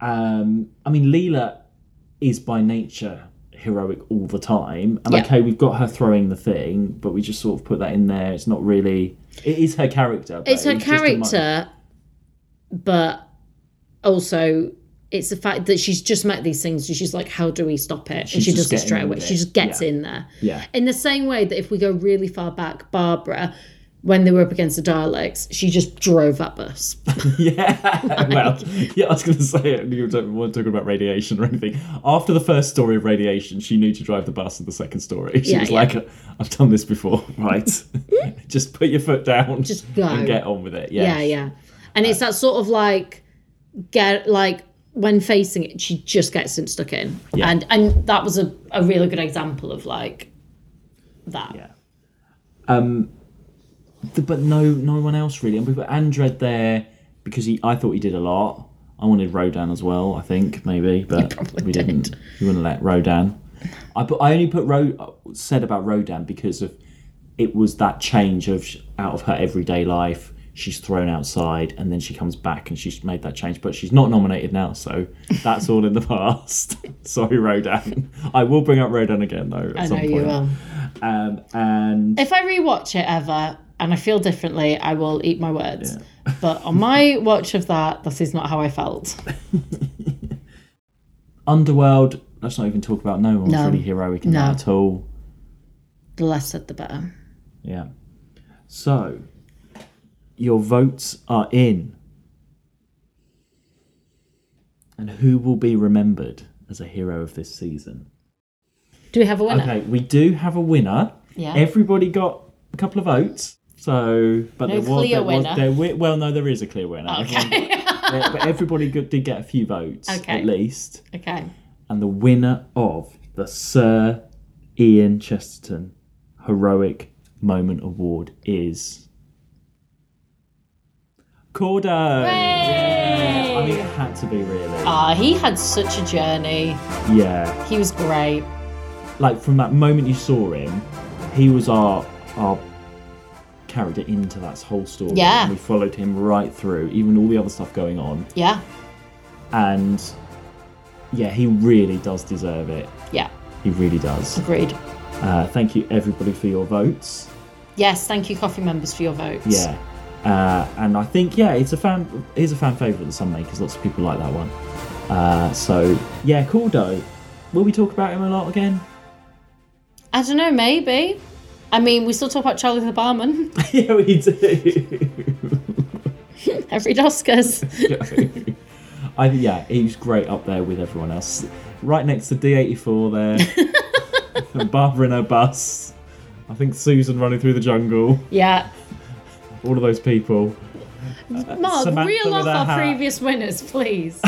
S2: Um, I mean, Leela is by nature heroic all the time. And
S3: Yeah.
S2: okay, we've got her throwing the thing, but we just sort of put that in there. It's not really. It is her character. but
S3: it's her
S2: was just a mo-
S3: character, but also it's the fact that she's just met these things and she's like, how do we stop it?
S2: She's
S3: and she
S2: just
S3: doesn't
S2: getting
S3: straight
S2: on
S3: away.
S2: with
S3: She
S2: it.
S3: just gets
S2: Yeah.
S3: in there.
S2: Yeah. *laughs*
S3: In the same way that if we go really far back, Barbara, when they were up against the Daleks, she just drove at us.
S2: well, yeah, *laughs* I was going to say, you weren't talking about radiation or anything. After the first story of radiation, she knew to drive the bus in the second story. *laughs* She
S3: Yeah,
S2: was
S3: yeah.
S2: like, I've done this before, *laughs* right?
S3: *laughs*
S2: just put your foot down
S3: Just go.
S2: and get on with it.
S3: Yeah, yeah. And it's that sort of like get like when facing it, she just gets in- stuck in.
S2: Yeah.
S3: And and that was a, a really good example of like that. Yeah.
S2: Um, th- but no, no one else really. And we put Andred there because he. I thought he did a lot. I wanted Rodan as well. I think maybe,
S3: *laughs*
S2: but we didn't. We wouldn't let Rodan. I put. I only put Ro, said about Rodan because of it was that change of sh- out of her everyday life. She's thrown outside and then she comes back and she's made that change, but she's not nominated now,
S3: *laughs*
S2: so that's all in the past. *laughs* Sorry, Rodan. I will bring up Rodan again though. At
S3: I
S2: some
S3: know you
S2: point.
S3: will.
S2: Um, and
S3: If I rewatch it ever and I feel differently, I will eat my words. *laughs* But on my watch of that, this is not how I felt.
S2: Underworld, let's not even talk about. No one was
S3: No.
S2: really heroic in
S3: No.
S2: that at all.
S3: The less said, the better.
S2: Yeah. So, your votes are in. And who will be remembered as a hero of this season?
S3: Do we have a winner?
S2: Okay, we do have a winner.
S3: Yeah.
S2: Everybody got a couple of votes. So, but there
S3: No
S2: was,
S3: clear
S2: there was-
S3: winner.
S2: there wi- well, no, there is a clear winner.
S3: Okay.
S2: Everyone- *laughs* but everybody got, did get a few votes,
S3: Okay.
S2: at least.
S3: Okay.
S2: and the winner of the Sir Ian Chesterton Heroic Moment Award is Cordo. Yeah, I mean, it had to be really.
S3: Ah, he had such a journey.
S2: Yeah,
S3: He was great.
S2: like from that moment you saw him, he was our our character into that whole story.
S3: Yeah.
S2: and we followed him right through, even all the other stuff going on,
S3: Yeah.
S2: and yeah, he really does deserve it.
S3: Yeah.
S2: He really does.
S3: Agreed.
S2: Uh, thank you, everybody, for your votes.
S3: Yes, thank you, coffee members, for your votes.
S2: Yeah. Uh, and I think yeah, it's a fan. It's a fan favorite that some makers. Lots of people like that one. Uh, so yeah, Cordo. Will we talk about him a lot again? *laughs*
S3: I don't know, maybe. I mean, we still talk about Charlie the Barman *laughs*
S2: yeah, we do. *laughs*
S3: every Oscars.
S2: I yeah, he's great up there with everyone else. Right next to D eighty four
S3: *laughs*
S2: there. And Barbara in her bus. I think Susan running through the jungle.
S3: yeah.
S2: All of those people.
S3: Mark,
S2: Samantha
S3: reel
S2: with
S3: off
S2: her
S3: our
S2: hat.
S3: previous winners,
S2: *laughs*
S3: please.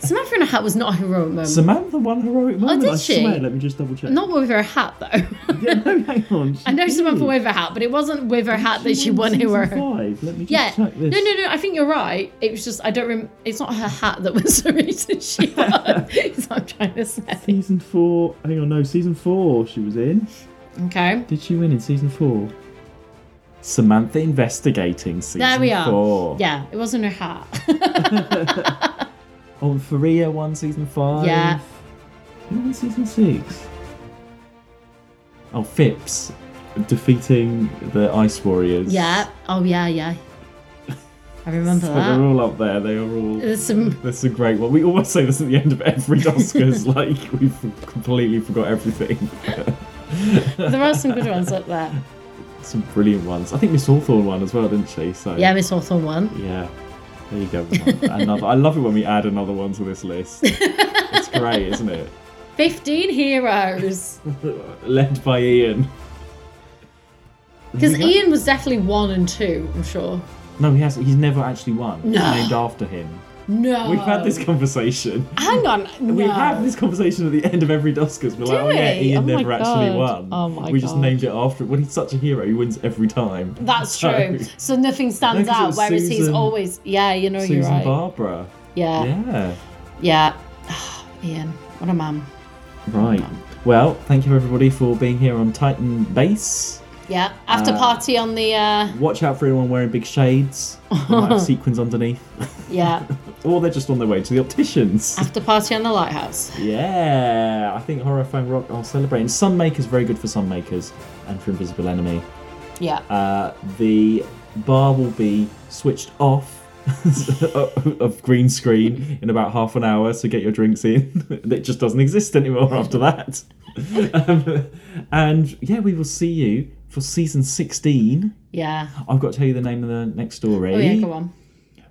S3: Samantha in a hat was not a heroic moment.
S2: Samantha won heroic moment.
S3: Oh, did
S2: I
S3: she?
S2: swear. Let me just double check.
S3: Not with her hat though. *laughs*
S2: yeah, no, hang on.
S3: I know
S2: She
S3: Samantha
S2: did.
S3: with her hat, but it wasn't with her hat that she won who were.
S2: Five. Let me just
S3: Yeah. No,
S2: check
S3: no,
S2: this.
S3: no. I think you're right. It was just I don't. Rem- it's not her hat that *laughs* was the reason she
S2: *laughs*
S3: won. is what I'm trying to say.
S2: Season four. Hang on, no. Season four. She was in.
S3: Okay.
S2: Did she win in season four? Samantha investigating season
S3: there we are.
S2: four.
S3: Yeah, it wasn't her hat. *laughs*
S2: Oh, Faria won season five.
S3: Yeah.
S2: Who won season six? Oh, Phipps defeating the Ice Warriors.
S3: yeah. Oh yeah, yeah. I remember
S2: So they're
S3: that.
S2: all up there. They are all.
S3: There's some-
S2: That's a great one. We always say this at the end of every Oscars. *laughs* like we have completely forgot everything. *laughs*
S3: There are some good ones up there.
S2: Some brilliant ones. I think Miss Hawthorne won as well, didn't she? So
S3: Yeah, Miss Hawthorne won.
S2: Yeah. There you go. Another.
S3: *laughs*
S2: another- I love it when we add another one to this list. It's great, isn't it? *laughs*
S3: Fifteen heroes.
S2: Led by Ian.
S3: Because
S2: Yeah.
S3: Ian was definitely one and two. I'm sure.
S2: No, he has. He's never actually won. It's
S3: No.
S2: Named after him.
S3: No.
S2: We've had this conversation.
S3: Hang on. No.
S2: We have this conversation at the end of every Oscars. We're like, oh yeah,
S3: we?
S2: Ian
S3: Oh my
S2: never actually
S3: God.
S2: won.
S3: Oh my
S2: we just
S3: God.
S2: named it after him. Well, he's such a hero. He wins every time.
S3: That's
S2: *laughs* So,
S3: true. Oh, So nothing
S2: 'cause
S3: stands
S2: it
S3: out,
S2: was
S3: whereas he's
S2: Susan-
S3: always yeah. You know, you're
S2: Susan
S3: right.
S2: Barbara.
S3: Yeah.
S2: Yeah.
S3: Yeah. *sighs* Ian, what a man.
S2: Right. Well, thank you everybody for being here on Titan Base.
S3: Yeah. After
S2: Uh,
S3: party on the uh
S2: Watch out for anyone wearing big shades. They might have
S3: *laughs*
S2: sequins underneath. *laughs*
S3: yeah.
S2: or they're just on their way to the
S3: *laughs*
S2: opticians.
S3: After party on the lighthouse.
S2: Yeah, I think Horror Phone Rock are celebrating. Sunmaker's very good for Sunmakers and for Invisible Enemy.
S3: Yeah.
S2: Uh, the bar will be switched off *laughs* of green screen in about half an hour, so get your drinks in. *laughs* it just doesn't exist anymore after that. *laughs* um, and yeah, we will see you for season 16.
S3: Yeah.
S2: I've got to tell you the name of the next story.
S3: Oh yeah, go on.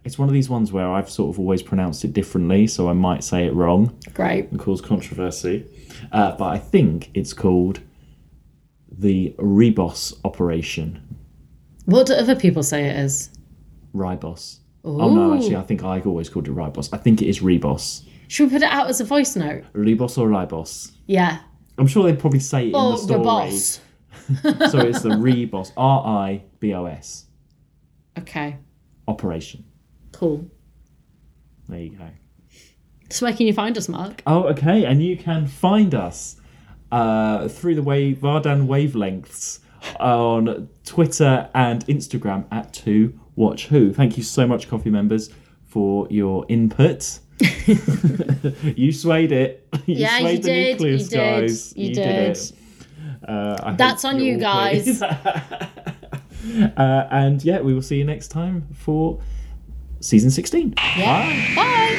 S2: It's one of these ones where I've sort of always pronounced it differently, so I might say it wrong
S3: Great.
S2: and cause controversy. Uh, but I think it's called the Rebos operation.
S3: What do other people say it is?
S2: Ribos. Oh no,
S3: Ooh.
S2: actually, I think I always called it Ribos. I think it is Rebos.
S3: Should we put it out as a voice note?
S2: Rebos or Ribos?
S3: Yeah.
S2: I'm sure they probably say it in
S3: Or
S2: the story.
S3: Rebos.
S2: so it's the Rebos, R I B O S
S3: Okay.
S2: operation.
S3: Cool.
S2: There you go.
S3: So where can you find us, Mark?
S2: Oh, okay. And you can find us uh, through the way Vardan wavelengths on Twitter and Instagram at Two Watch Who. Thank you so much, coffee members, for your input.
S3: *laughs*
S2: *laughs* you swayed it. You
S3: Yeah, you
S2: swayed the
S3: did,
S2: nucleus,
S3: you did,
S2: guys.
S3: you
S2: it. Uh, I hope
S3: That's on
S2: you're
S3: you
S2: all
S3: guys.
S2: pleased. *laughs* uh, and yeah, we will see you next time for season 16. Bye.
S3: Bye.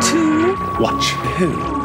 S14: To watch who?